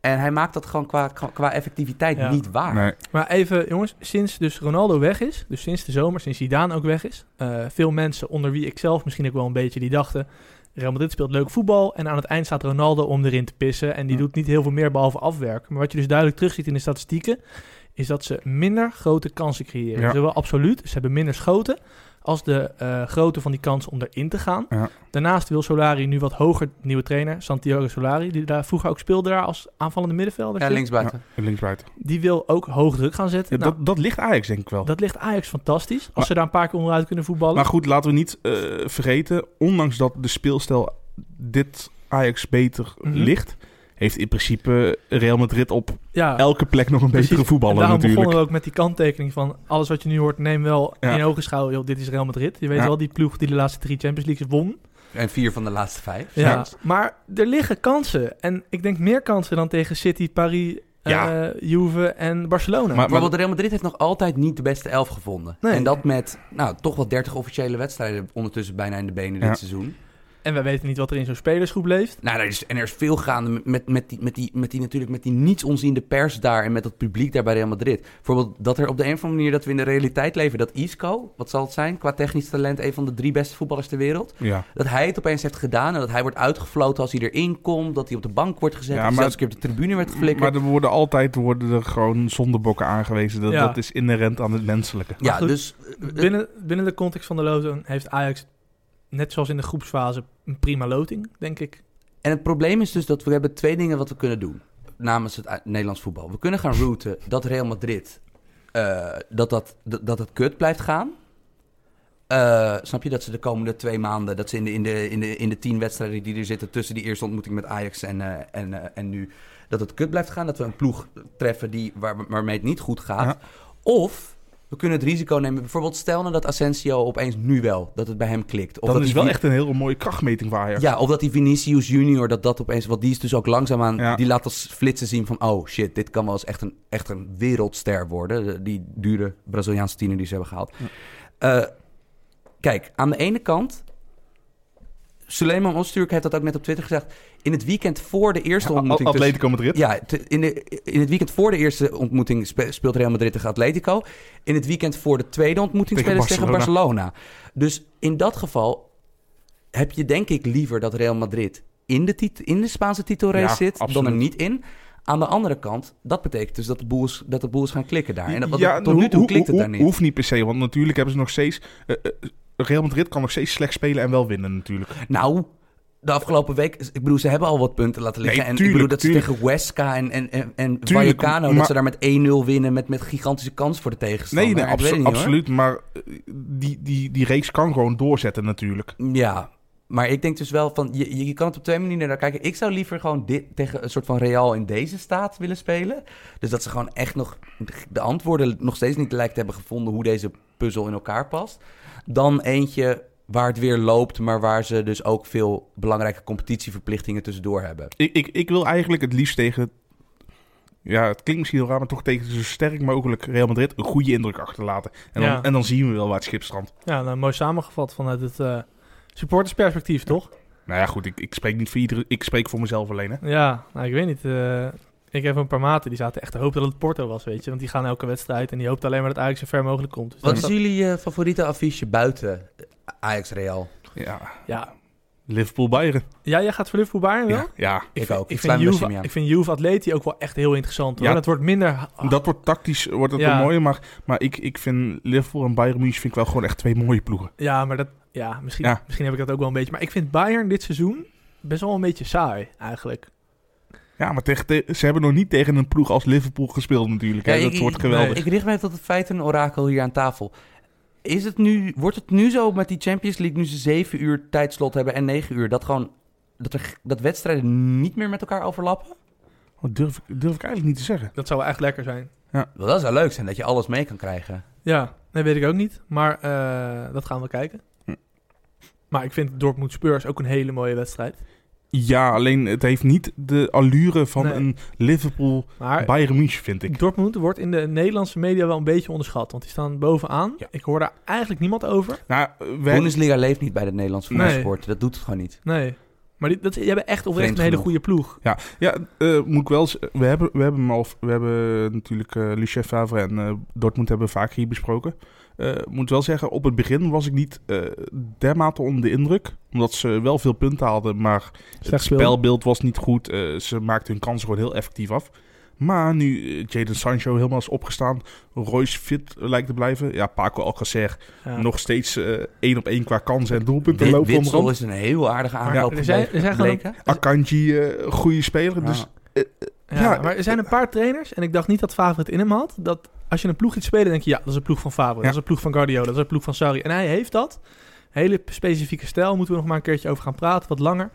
En hij maakt dat gewoon qua, qua- qua effectiviteit
Ja.
niet waar.
Nee.
Maar even, jongens, sinds dus Ronaldo weg is, dus sinds de zomer, sinds Zidane ook weg is, eh, veel mensen, onder wie ik zelf misschien ook wel een beetje, die dachten, Real Madrid speelt leuk voetbal en aan het eind staat Ronaldo om erin te pissen en die
Ja.
doet niet heel veel meer behalve afwerken. Maar wat je dus duidelijk terugziet in de statistieken, is dat ze minder grote kansen creëren.
Ja.
Zowel absoluut, ze hebben minder schoten, als de eh grootte van die kansen om erin te gaan.
Ja.
Daarnaast wil Solari nu wat hoger, nieuwe trainer, Santiago Solari, die daar vroeger ook speelde daar als aanvallende middenvelder.
Ja,
zit.
linksbuiten.
Linksbuiten.
Die wil ook hoog druk gaan zetten.
Ja,
Nou,
dat, dat ligt Ajax denk ik wel.
Oh. dat ligt Ajax fantastisch. Als
Maar-
ze daar een paar keer onderuit kunnen voetballen.
Maar goed, laten we niet eh, vergeten, ondanks dat de speelstijl dit Ajax beter
Mhm.
ligt, heeft in principe Real Madrid op
ja,
elke plek nog een
precies.
betere
En
voetballer
daarom
natuurlijk.
begonnen we ook met die kanttekening van... alles wat je nu hoort, neem wel
Ja.
in hoge schouw. Joh, dit is Real Madrid. Je weet
Ja.
wel, die ploeg die de laatste drie Champions Leagues won.
En vier van de laatste vijf.
Ja.
Ja.
Maar er liggen kansen. En ik denk meer kansen dan tegen City, Paris, eh,
Ja.
Juve en Barcelona.
Maar-
Bijvoorbeeld Real Madrid heeft nog altijd niet de beste elf gevonden.
Nee.
En dat met, nou, toch wel 30 officiële wedstrijden ondertussen bijna in de benen
Ja.
dit seizoen.
En wij weten niet wat er in zo'n spelersgroep leeft.
Nou, er is, en er is veel gaande met, met, die, met, die, met die natuurlijk met die niets onziende pers daar en met dat publiek daar bij Real Madrid. Bijvoorbeeld dat er op de een of andere manier dat we in de realiteit leven dat Isco, wat zal het zijn, qua technisch talent een van de drie beste voetballers ter wereld,
Ja.
dat hij het opeens heeft gedaan en dat hij wordt uitgefloten als hij erin komt, dat hij op de bank wordt gezet,
Ja,
dat hij
maar-
zelfs een keer op de tribune werd geflikkerd.
Maar er worden altijd worden er gewoon zondebokken aangewezen. Dat,
Ja.
dat is inherent aan het menselijke.
Maar
ja,
goed,
dus
Eh,
Binnen, binnen de context van de loting heeft Ajax... net zoals in de groepsfase een prima loting, denk ik.
En het probleem is dus dat we hebben twee dingen wat we kunnen doen namens het uit- Nederlands voetbal. We kunnen gaan routen dat Real Madrid eh, dat, dat, dat, dat het kut blijft gaan. Eh, snap je dat ze de komende twee maanden, dat ze in de, in, de, in, de, in de tien wedstrijden die er zitten tussen die eerste ontmoeting met Ajax en, eh, en, eh, en nu, dat het kut blijft gaan. Dat we een ploeg treffen die, waar, waarmee het niet goed gaat. Of we kunnen het risico nemen. Bijvoorbeeld stel nou dat Asensio opeens nu wel, dat het bij hem klikt. Of
Dat
dat
is
die
wel
Vi-
echt een hele mooie krachtmeting waar je.
Ja, of dat die Vinicius Junior, dat dat opeens... Want die is dus ook langzaamaan...
Ja.
Die laat als flitsen zien van... Oh shit, dit kan wel eens echt een, echt een wereldster worden. De- Die dure Braziliaanse tiener die ze hebben gehaald.
Ja.
Eh, kijk, aan de ene kant... Suleiman Osturk heeft dat ook net op Twitter gezegd. In het weekend voor de eerste ontmoeting... tussen-
Atletico Madrid.
ja, te- in, de, in het weekend voor de eerste ontmoeting spe- speelt Real Madrid tegen Atletico. In het weekend voor de tweede ontmoeting
Tegen
spelen ze tegen Barcelona. Dus in dat geval heb je denk ik liever dat Real Madrid in de, tit- in de Spaanse titelrace
Ja,
zit
absoluut.
dan er niet in. Aan de andere kant, dat betekent dus dat de boel is, dat de boel is gaan klikken daar. En dat, want tot nu
hoe-
toe
hoe-
klikt het
hoe-
daar niet.
Hoeft niet per se, want natuurlijk hebben ze nog steeds... eh, eh, Real Madrid kan nog steeds slecht spelen en wel winnen natuurlijk.
Nou, de afgelopen week, ik bedoel, ze hebben al wat punten laten liggen.
Nee,
en
tuurlijk,
ik bedoel dat
tuurlijk.
ze tegen Huesca en, en, en, en
Tuurlijk,
Vallecano,
maar-
dat ze daar met 1-0 winnen met, met gigantische kans voor de
Nee,
tegenstander.
nee
Ik weet
abso-
het niet, hoor.
absoluut, maar eh, die, die, die reeks kan gewoon doorzetten natuurlijk.
Ja, maar ik denk dus wel van, je, je- je kan het op twee manieren naar kijken. Ik zou liever gewoon dit, tegen een soort van Real in deze staat willen spelen. Dus dat ze gewoon echt nog de antwoorden nog steeds niet lijkt te hebben gevonden hoe deze puzzel in elkaar past. Dan eentje waar het weer loopt, maar waar ze dus ook veel belangrijke competitieverplichtingen tussendoor hebben.
Ik, ik, ik wil eigenlijk het liefst tegen... Ja, het klinkt misschien heel raar, maar toch tegen zo sterk mogelijk Real Madrid een goede indruk achterlaten. En dan,
Ja.
en dan zien we wel waar het schip strandt.
Ja, nou, mooi samengevat vanuit het eh, supportersperspectief, toch?
Nou ja, goed, ik, ik spreek niet voor iedereen. Ik spreek voor mezelf alleen, hè.
Ja, nou, ik weet niet. eh, ik heb een paar maten die zaten echt te hopen dat het Porto was, weet je. Want die gaan elke wedstrijd en die hoopt alleen maar dat Ajax zo ver mogelijk komt. Dus
Wat
dat-
is
dat-
jullie eh, favoriete affiche buiten eh, Ajax Real?
Ja,
ja.
Liverpool-Bayern.
ja, jij gaat voor Liverpool Bayern wel?
Ja, ja,
Ik
vind-
ook. Ik
Ik
sluit
vind,
me bij
Juve,
Simeon.
ik vind Juve Atleti ook wel echt heel interessant. Hoor.
Ja.
Dat wordt minder... ha-
Dat wordt tactisch wordt het
Ah. Ja.
wel mooi, maar, maar ik, ik vind Liverpool en Bayern München vind ik wel gewoon echt twee mooie ploegen.
Ja, maar dat, ja, misschien,
Ja.
misschien heb ik dat ook wel een beetje. Maar ik vind Bayern dit seizoen best wel een beetje saai, eigenlijk.
Ja, maar tegen, te- ze hebben nog niet tegen een ploeg als Liverpool gespeeld natuurlijk. hè.
Ja,
dat
ik-
wordt geweldig.
nee.
Ik richt mij tot het feit een orakel hier aan tafel. Is het nu, wordt het nu zo met die Champions League, nu ze zeven uur tijdslot hebben en negen uur, dat gewoon dat, er, dat wedstrijden niet meer met elkaar overlappen?
Dat Oh, durf, ik- durf ik eigenlijk niet te zeggen.
Dat zou wel echt lekker zijn.
Wel, dat zou leuk zijn, dat je alles mee kan krijgen.
Ja, dat weet ik ook niet. Maar eh, dat gaan we kijken.
Hm.
Maar ik vind Dortmund Spurs ook een hele mooie wedstrijd.
Ja, alleen het heeft niet de allure van
Nee.
een Liverpool-Bayern
Maar
München, vind ik.
Dortmund wordt in de Nederlandse media wel een beetje onderschat. Want die staan bovenaan.
Ja.
Ik hoor daar eigenlijk niemand over.
Nou, we,
Bundesliga leeft niet bij de Nederlandse
Nee.
voetbalsport. Dat doet het gewoon niet.
Nee. Maar die, dat, die hebben echt oprecht
Vreemd
een hele
genoeg.
goede ploeg.
Ja, eh, moet ik wel eens- We hebben, we hebben, hem al, we hebben natuurlijk eh, Lucien Favre en eh, Dortmund hebben we vaak hier besproken. Eh moet wel zeggen, op het begin was ik niet eh, dermate onder de indruk. Omdat ze wel veel punten haalden, maar het
Slecht speel.
spelbeeld was niet goed. Eh, ze maakten hun kansen gewoon heel effectief af. Maar nu eh, Jadon Sancho helemaal is opgestaan. Royce fit lijkt te blijven. Ja, Paco Alcacer
Ja.
nog steeds eh, één op één qua kansen en doelpunten
Wit-
lopen
Witsel
onderhand.
is een heel aardige
Maar
aanloop.
er zijn, er zijn gewoon
gebleken. Ah.
Akanji, eh, goede speler. Dus
Ja,
Ja,
maar er zijn een paar trainers en ik dacht niet dat Favre het in hem had. Dat als je een ploeg iets spelen, denk je ja, dat is een ploeg van Favre, dat is een ploeg van Guardiola, dat is een ploeg van Sarri. En hij heeft dat. Hele specifieke stijl, moeten we nog maar een keertje over gaan praten, wat langer.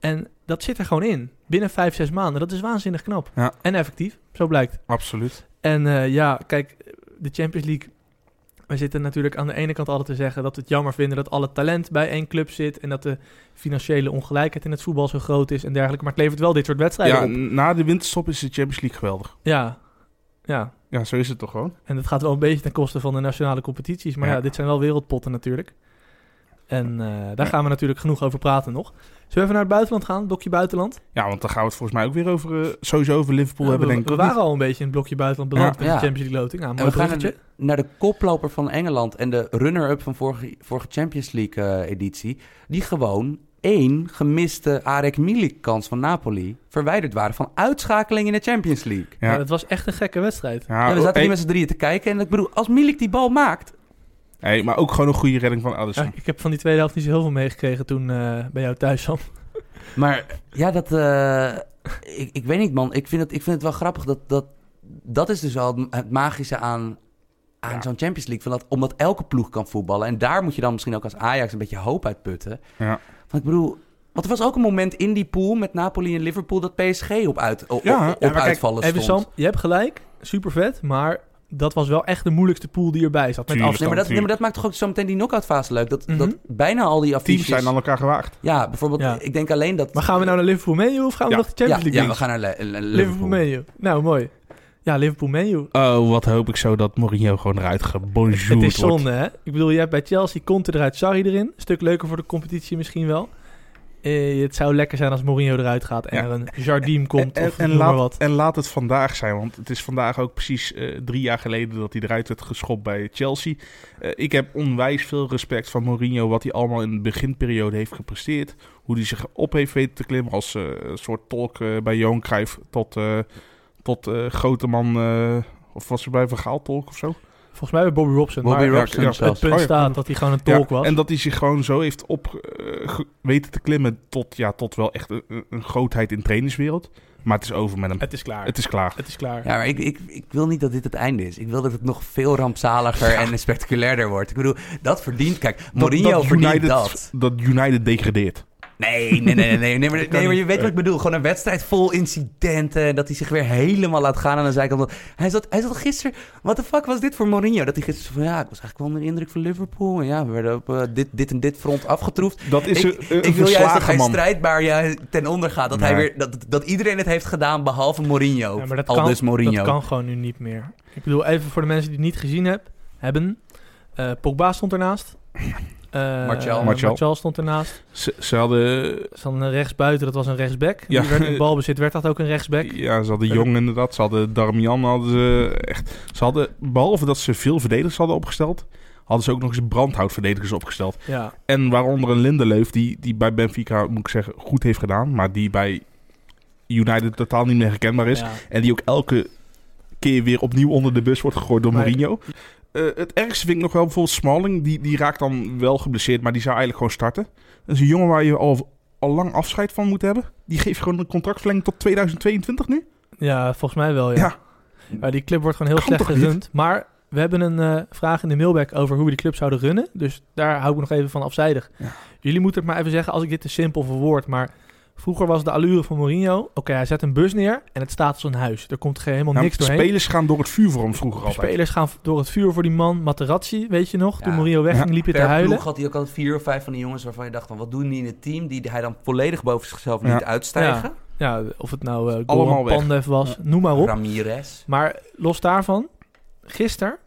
En dat zit er gewoon in, binnen vijf, zes maanden. Dat is waanzinnig knap.
Ja.
En effectief, zo blijkt.
absoluut.
En eh, ja, kijk, de Champions League. We zitten natuurlijk aan de ene kant altijd te zeggen dat we het jammer vinden dat alle talent bij één club zit. En dat de financiële ongelijkheid in het voetbal zo groot is en dergelijke. Maar het levert wel dit soort wedstrijden
Ja,
op.
n- na de winterstop is de Champions League geweldig.
Ja, ja.
Ja, zo is het toch gewoon?
En dat gaat wel een beetje ten koste van de nationale competities. Maar ja,
Ja.
dit zijn wel wereldpotten natuurlijk. En eh, daar gaan we natuurlijk genoeg over praten nog. Zullen we even naar het buitenland gaan? Blokje buitenland?
Ja, want dan gaan we het volgens mij ook weer over, eh, sowieso over Liverpool
Ja,
hebben,
we
denk ik.
we
of niet?
waren al een beetje in het blokje buitenland beland
Ja.
met
Ja.
de Champions League loting. Nou,
En
mooi
we gaan
bruggetje.
naar- naar de koploper van Engeland en de runner-up van vorige, vorige Champions League eh, editie. Die gewoon één gemiste Arek Milik kans van Napoli verwijderd waren van uitschakeling in de Champions League.
Maar
Ja,
het was echt een gekke wedstrijd.
ja,
ja, we zaten
hey,
hier met z'n drieën te kijken en ik bedoel, als Milik die bal maakt...
hey, maar ook gewoon een goede redding van Alisson.
Ja, ik heb van die tweede helft niet zo heel veel meegekregen toen eh, bij jou thuis, Sam.
Maar ja, dat... eh, ik, ik weet niet man, ik vind het, ik vind het wel grappig dat, dat... Dat is dus wel het- het magische aan... Aan
Ja.
zo'n Champions League, van dat, omdat elke ploeg kan voetballen. En daar moet je dan misschien ook als Ajax een beetje hoop uit putten.
Ja.
Want ik bedoel, want er was ook een moment in die pool met Napoli en Liverpool dat PSG op, uit, op,
Ja,
op
ja, maar kijk,
uitvallen
Even
stond.
Sam, je hebt gelijk. Super vet. Maar dat was wel echt de moeilijkste pool die erbij zat. Met
Tuurlijk.
afstand.
Nee, maar dat, nee,
natuurlijk.
maar
Mhm.
dat maakt toch ook zo meteen die knock-out fase leuk. Dat, dat bijna al die
Teams
affiches...
zijn aan elkaar gewaagd.
Ja, bijvoorbeeld,
Ja.
ik denk alleen dat...
Maar gaan we nou naar Liverpool menu of gaan we
Ja.
nog de Champions
ja,
League
ja, we
doen?
gaan naar Le- Le- Liverpool.
Liverpool menu. Nou, mooi. Ja, Liverpool menu.
Oh, wat hoop ik zo dat Mourinho gewoon eruit
Het
gebonjourd
is zonde, hè? Ik bedoel, je hebt bij Chelsea Conte eruit, Sarri erin. Een stuk leuker voor de competitie misschien wel. Eh, het zou lekker zijn als Mourinho eruit gaat en
Ja.
er een Jardim komt
en,
of
en
noem maar
laat,
wat.
en laat het vandaag zijn, want het is vandaag ook precies eh, drie jaar geleden dat hij eruit werd geschopt bij Chelsea. Eh, ik heb onwijs veel respect van Mourinho, wat hij allemaal in de beginperiode heeft gepresteerd. Hoe hij zich op heeft weten te klimmen als eh, een soort tolk eh, bij Johan Cruijff tot, eh, tot eh, grote man, eh, of was hij bij Vergaal tolk of zo?
Volgens mij bij Bobby Robson.
Bobby
maar
Robson
ja, ja,
het
zelfs.
punt
Oh ja,
staat dat hij gewoon een tolk
Ja,
was.
En dat hij zich gewoon zo heeft op eh, ge- weten te klimmen tot, ja, tot wel echt een, een grootheid in de trainingswereld. Maar het is over met hem.
Het is klaar.
Het is klaar.
Het is klaar.
Ja, maar ik, ik, ik wil niet dat dit het einde is. Ik wil dat het nog
<laughs>
veel rampzaliger en spectaculairder wordt. Ik bedoel, dat verdient... Kijk, Mourinho verdient
United,
dat.
dat United degradeert.
Nee, nee, nee,
<laughs>
nee. nee, nee, maar,
kan
nee, maar je
niet.
weet wat ik bedoel. Gewoon een wedstrijd vol incidenten. en Dat hij zich weer helemaal laat gaan aan de zijkant. Hij zat, hij zat gisteren... Wat de fuck was dit voor Mourinho? Dat hij gisteren van... Ja, ik was eigenlijk wel onder de indruk van Liverpool. En ja, we werden op eh, dit, dit en dit front afgetroefd.
Dat is
ik,
een, een
ik wil juist dat
verslagen
hij
man.
strijdbaar ja, ten onder gaat. Dat, hij
Nee.
weer, dat, dat iedereen het heeft gedaan behalve Mourinho.
Ja, maar dat
Al
kan,
dus Mourinho.
dat kan gewoon nu niet meer. Ik bedoel, even voor de mensen die het niet gezien heb- hebben. Eh Pogba stond ernaast. Eh,
Martial.
Martial.
Martial stond ernaast.
Ze, ze hadden,
Dus dan een rechtsbuiten, dat was een rechtsback.
Ja.
Die werd in balbezit, werd dat ook een rechtsback.
ja, ze hadden Jong inderdaad. Ze hadden Darmian. Hadden ze, echt, ze hadden, behalve dat ze veel verdedigers hadden opgesteld, hadden ze ook nog eens brandhoutverdedigers opgesteld.
Ja.
En waaronder een Lindeleuf, die, die bij Benfica, moet ik zeggen, goed heeft gedaan. Maar die bij United totaal niet meer herkenbaar is.
ja.
En die ook elke keer weer opnieuw onder de bus wordt gegooid door
Maar-
Mourinho. Eh, het ergste vind ik nog wel bijvoorbeeld Smalling. Die, die raakt dan wel geblesseerd, maar die zou eigenlijk gewoon starten. Dat is een jongen waar je al, al lang afscheid van moet hebben. Die geeft gewoon een contractverlenging tot 2022 nu.
Ja, volgens mij wel, ja.
Ja.
Maar die club wordt gewoon heel
Kan
slecht
toch niet?
gerund. Maar we hebben een eh, vraag in de mailback over hoe we die club zouden runnen. Dus daar hou ik nog even van afzijdig.
Ja.
Jullie moeten het maar even zeggen als ik dit te simpel verwoord. Maar vroeger was de allure van Mourinho... Oké, hij zet een bus neer en het staat als een huis. Er komt geen, helemaal
Nou,
niks doorheen.
spelers gaan door het vuur voor hem vroeger
De
altijd.
spelers gaan door het vuur voor die man. Materazzi, weet je nog?
Ja.
Toen Mourinho wegging,
Ja.
liep je te
Per
huilen.
ploeg had hij ook al vier of vijf van die jongens waarvan je dacht... Van, wat doen die in het team die hij dan volledig boven zichzelf
Ja.
niet uitstijgen?
Ja, of het nou eh
Allemaal
Goran
weg.
Pandev was, noem maar op.
Ramirez.
Maar los daarvan, gisteren,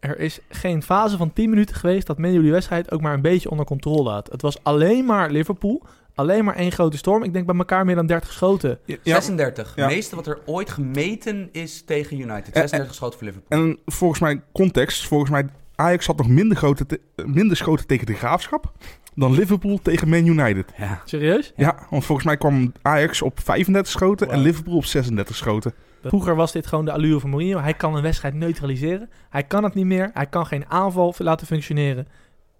er is geen fase van 10 minuten geweest dat men die wedstrijd ook maar een beetje onder controle had. Het was alleen maar Liverpool, alleen maar één grote storm. Ik denk bij elkaar meer dan 30 schoten.
Ja,
36.
Ja.
Het meeste wat er ooit gemeten is tegen United.
En-
36 schoten voor Liverpool.
En volgens mij, context, volgens mij Ajax had nog minder, grote te- minder schoten tegen de Graafschap dan Liverpool tegen Man United.
Ja.
Serieus?
Ja, want volgens mij kwam Ajax op 35 schoten en
Wow.
Liverpool op 36 schoten.
Vroeger was dit gewoon de allure van Mourinho. Hij kan een wedstrijd neutraliseren. Hij kan het niet meer. Hij kan geen aanval laten functioneren.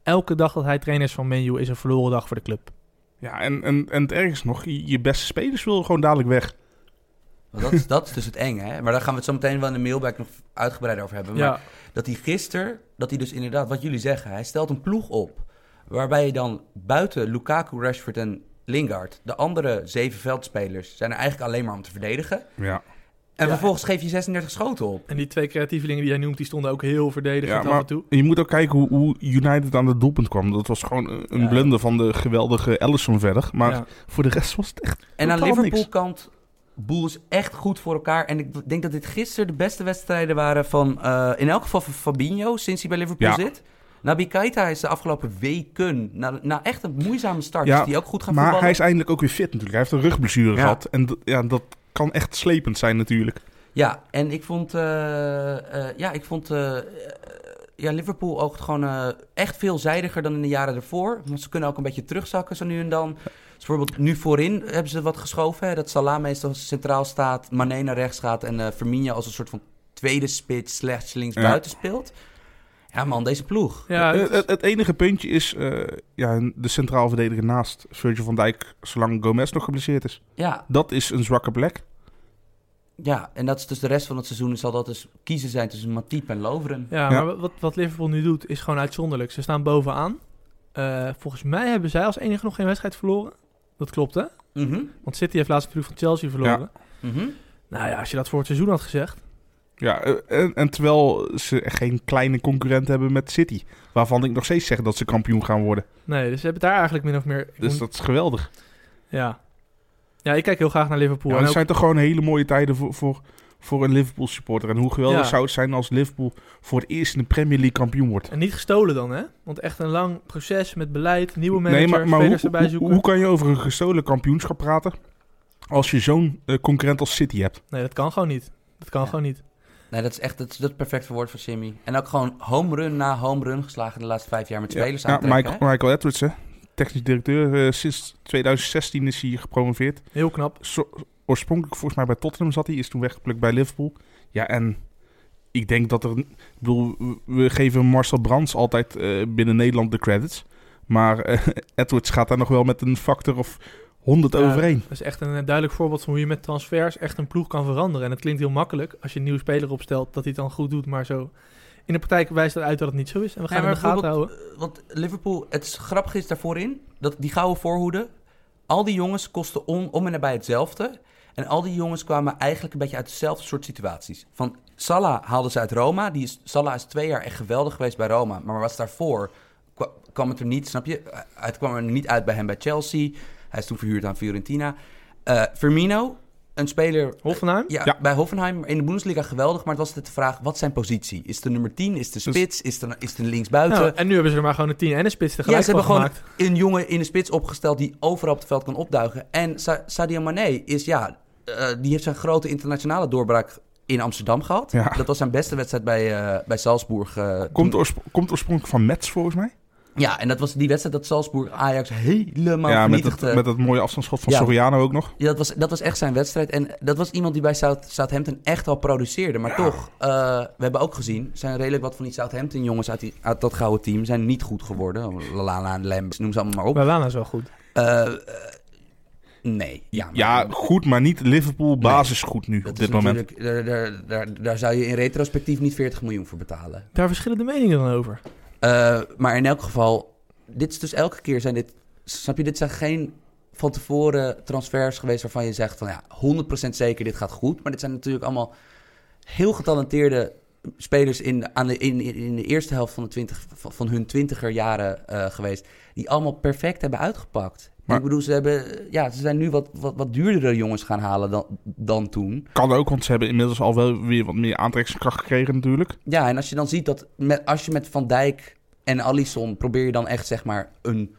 Elke dag dat hij trainer is van Menu is een verloren dag voor de club.
Ja, en, en, en het ergste nog, je je beste spelers willen gewoon dadelijk weg.
Want Dat, is, dat is dus het eng, hè? Maar daar gaan we het zo meteen wel in de mailback nog uitgebreider over hebben. Maar
Ja,
dat hij gisteren, dat hij dus inderdaad, wat jullie zeggen... hij stelt een ploeg op waarbij je dan buiten Lukaku, Rashford en Lingard... de andere zeven veldspelers zijn er eigenlijk alleen maar om te verdedigen.
Ja,
En
Ja.
vervolgens geef je 36 schoten op.
en die twee creatievelingen die jij noemt, die stonden ook heel verdedigend
Ja,
af
maar-
en toe.
je moet ook kijken hoe, hoe United aan het doelpunt kwam. Dat was gewoon een- een
Ja.
blunder van de geweldige Ellison verder. Maar
Ja.
voor de rest was het echt
En aan
totaal niks.
Liverpool-kant, Boel is echt goed voor elkaar. En ik denk dat dit gisteren de beste wedstrijden waren van... eh, in elk geval van Fabinho, sinds hij bij Liverpool
Ja.
zit. Nabi Keita is de afgelopen weken... na, na echt een moeizame start,
Ja,
is die ook goed gaan
Maar
voetballen.
hij is eindelijk ook weer fit natuurlijk. Hij heeft een rugblessure
Ja.
gehad. En dat- ja, dat kan echt slepend zijn natuurlijk.
Ja, en ik vond... eh, eh, ja, ik vond... eh, eh, ja, Liverpool oogt gewoon eh, echt veelzijdiger dan in de jaren ervoor. Want ze kunnen ook een beetje terugzakken zo nu en dan. Dus bijvoorbeeld nu voorin hebben ze wat geschoven. Hè, dat Salah meestal centraal staat, Mane naar rechts gaat... en eh Firmino als een soort van tweede spits slechts links
Ja.
buiten speelt. Ja man, deze ploeg.
Ja,
Eh, het, het enige puntje is eh, ja, de centraal verdediger naast Virgil van Dijk... zolang Gomez nog geblesseerd is.
Ja,
Dat is een zwakke plek.
ja, en dat is dus de rest van het seizoen... zal dat dus kiezen zijn tussen Matip en Loveren.
Ja,
Ja.
maar wat, wat Liverpool nu doet is gewoon uitzonderlijk. Ze staan bovenaan. Eh, volgens mij hebben zij als enige nog geen wedstrijd verloren. Dat klopt, hè?
Mhm,
Want City heeft laatst natuurlijk van Chelsea verloren.
mhm.
Nou ja, als je dat voor het seizoen had gezegd...
Ja, eh, en, en terwijl ze geen kleine concurrent hebben met City. Waarvan ik nog steeds zeg dat ze kampioen gaan worden.
Nee, dus we hebben daar eigenlijk min of meer... ik
Dus
moet-
dat is geweldig.
Ja. Ja, ik kijk heel graag naar Liverpool.
Ja,
en
dat
ook-
zijn toch gewoon hele mooie tijden voor, voor, voor een Liverpool supporter. En hoe geweldig
Ja.
zou het zijn als Liverpool voor het eerst in de Premier League kampioen wordt.
En niet gestolen dan, hè? Want echt een lang proces met beleid, nieuwe manager,
Nee, maar, maar hoe,
spelers erbij
hoe-
zoeken.
hoe kan je over een gestolen kampioenschap praten als je zo'n eh, concurrent als City hebt?
Nee, dat kan gewoon niet. Dat kan
Ja.
gewoon niet.
Nee, dat is echt dat is dat perfecte woord van Jimmy. En ook gewoon home run na home run geslagen de laatste vijf jaar met spelers
ja,
aantrekken.
Michael, Michael Edwards, hè? technisch directeur. eh, sinds 2016 is hij gepromoveerd.
Heel knap.
Zo- oorspronkelijk volgens mij bij Tottenham zat hij, is toen weggeplukt bij Liverpool. Ja, en ik denk dat er... Ik bedoel, we geven Marcel Brands altijd eh, binnen Nederland de credits. Maar eh, <laughs> Edwards gaat daar nog wel met een factor of 100
Ja,
overheen.
Dat is echt een eh, duidelijk voorbeeld van hoe je met transfers echt een ploeg kan veranderen. En het klinkt heel makkelijk als je een nieuwe speler opstelt, dat hij het dan goed doet, maar zo... In de praktijk wijst dat uit dat het niet zo is. En we gaan
Nee,
het in de
maar
gaten houden.
bijvoorbeeld, eh, Want Liverpool, het is grappig is daarvoor in, dat die gouden voorhoede, al die jongens kosten om, om en nabij hetzelfde. En al die jongens kwamen eigenlijk een beetje uit dezelfde soort situaties. Van Salah haalden ze uit Roma. Die is, Salah is twee jaar echt geweldig geweest bij Roma. Maar was daarvoor, kwa- kwam het er niet, snap je? Eh, Het kwam er niet uit bij hem bij Chelsea. Hij is toen verhuurd aan Fiorentina. Eh, Firmino, een speler
Hoffenheim?
ja,
Ja.
bij Hoffenheim in de Bundesliga geweldig, maar het was de vraag, wat zijn positie? Is het een nummer 10? Is het een
Dus-
spits? Is het een, is het een linksbuiten?
Nou, en nu hebben ze er maar gewoon een 10 en een spits
ja,
tegelijk
ze hebben
van
gewoon
gemaakt.
een jongen in de spits opgesteld die overal op het veld kan opduigen. En Sa- Sadio Mané is, ja, eh, die heeft zijn grote internationale doorbraak in Amsterdam gehad.
Ja.
Dat was zijn beste wedstrijd bij, eh, bij Salzburg. eh,
Komt,
toen-
oorspro- komt oorspronkelijk van Metz volgens mij.
Ja, en dat was die wedstrijd dat Salzburg Ajax helemaal eh,
ja, met
vernietigde.
dat, met dat mooie afstandsschot van
Ja.
Soriano ook nog.
Ja, dat was, dat was echt zijn wedstrijd. En dat was iemand die bij South, Southampton echt al produceerde. Maar toch, eh, we hebben ook gezien, zijn redelijk wat van die Southampton-jongens uit, die- uit dat gouden team zijn niet goed geworden. Lallana, Lambs, noem ze allemaal maar op.
Lana is wel goed.
Eh, eh, nee, ja. maar-
Ja, goed, maar niet Liverpool basis goed nu
dat
op
is
dit moment.
natuurlijk- Daar, daar, daar, daar zou je in retrospectief niet 40 miljoen voor betalen.
Daar verschillen de meningen dan over.
Eh, maar in elk geval, dit is dus elke keer zijn dit. Snap je, dit zijn geen van tevoren transfers geweest waarvan je zegt van ja, 100% zeker, dit gaat goed. Maar dit zijn natuurlijk allemaal heel getalenteerde spelers in, aan de, in, in- in de eerste helft van, de 20, van, van hun twintiger jaren eh, geweest. Die allemaal perfect hebben uitgepakt.
Maar-
ik bedoel, ze, hebben, ja, ze zijn nu wat, wat, wat duurdere jongens gaan halen dan, dan toen.
Kan ook, want ze hebben inmiddels al wel weer wat meer aantrekkingskracht gekregen natuurlijk.
Ja, en als je dan ziet dat met, als je met Van Dijk en Alisson probeer je dan echt zeg maar een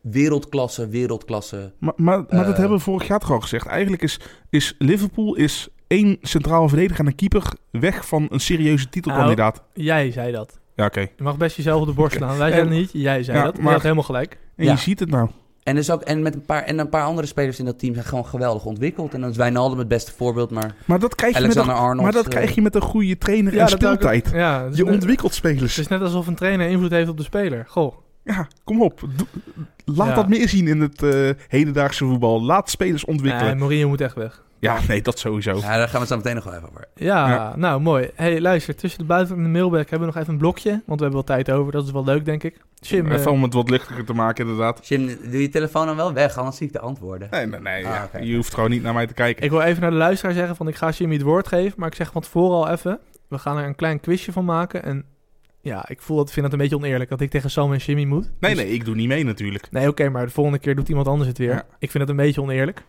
wereldklasse, wereldklasse.
Maar, maar, maar dat
Eh.
hebben we vorig jaar toch al gezegd. Eigenlijk is, is Liverpool is één centraal verdediger en een keeper weg van een serieuze titelkandidaat.
Jij zei dat.
Ja, oké.
Je mag best jezelf op de borst slaan. Wij zijn
En-
niet. Jij zei
Ja,
dat. Maar...
maar-
Je had helemaal gelijk.
En
Ja.
je ziet het nou.
En, dus ook, en, met een paar, en een paar andere spelers in dat team zijn gewoon geweldig ontwikkeld. En dan is Wijnaldum het beste voorbeeld, maar
Maar dat krijg je, met een,
Alexander Arnold...
maar dat krijg je met een goede trainer en
eh, dat wou ik-
speeltijd.
Ja, het is
Je
net-
ontwikkelt
Het
spelers.
is net alsof een trainer invloed heeft op de speler. Goh.
Ja, kom op. Doe- laat
Ja.
dat meer zien in het eh, hedendaagse voetbal. Laat spelers ontwikkelen.
Nee, Mourinho moet echt weg.
ja, nee, dat sowieso.
eh, Ja, daar gaan we het zo meteen nog wel even over.
Ja,
Ja.
nou mooi. hey, luister, tussen de buiten en de mailback hebben we nog even een blokje. Want we hebben wel tijd over. Dat is wel leuk, denk ik. Jim, eh,
Even om het wat lichter te maken, inderdaad.
Jim, doe je telefoon dan wel weg, anders zie ik de antwoorden.
Nee, nee, nee.
Ah,
ja.
oké.
Je hoeft gewoon niet naar mij te kijken.
eh, ik wil even naar de luisteraar zeggen van ik ga Jimmy het woord geven. Maar ik zeg van tevoren al even. We gaan er een klein quizje van maken. En ja, ik voel dat, vind dat een beetje oneerlijk dat ik tegen Sam en Jimmy moet. Dus-
Nee, nee, ik doe niet mee natuurlijk.
Nee, oké, maar de volgende keer doet iemand anders het weer.
Ja.
Ik vind dat een beetje oneerlijk.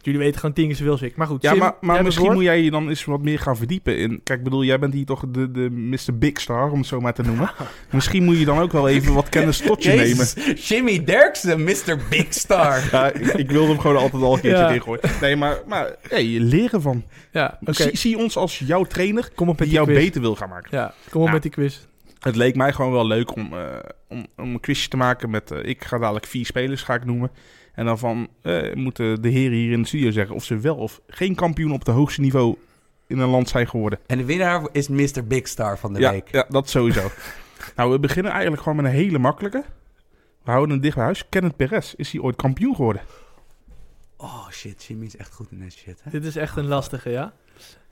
Jullie weten gewoon tien keer zoveel als ik. Maar goed,
Ja,
Jim,
maar,
jij
maar
hebt
misschien
het
moet
woord.
jij je dan eens wat meer gaan verdiepen in... Kijk, ik bedoel, jij bent hier toch de, de Mr. Big Star, om het zo maar te <laughs> noemen. misschien moet je dan ook wel even wat kennis tot je nemen.
Jezus, Jimmy Derksen, Mr. Big Star.
Ja, ik, ik wilde hem gewoon altijd al een keertje
Ja.
ingooien. Nee, maar, maar hey, leren van.
Ja, oké.
Zie, zie ons als jouw trainer
Kom op met
die
die
jou
quiz.
beter wil gaan maken.
Ja, kom op
Ja.
met die quiz.
Het leek mij gewoon wel leuk om, eh, om, om een quizje te maken met... eh, ik ga dadelijk vier spelers ga ik noemen. En dan van, eh, moeten de heren hier in de studio zeggen... of ze wel of geen kampioen op het hoogste niveau in een land zijn geworden.
En de winnaar is Mr. Big Star van de
ja,
week.
Ja, dat sowieso. <laughs> nou, we beginnen eigenlijk gewoon met een hele makkelijke. We houden hem dicht bij huis. Kenneth Perez, is hij ooit kampioen geworden?
Oh shit, Jimmy is echt goed in deze shit, hè?
Dit is echt een lastige, ja.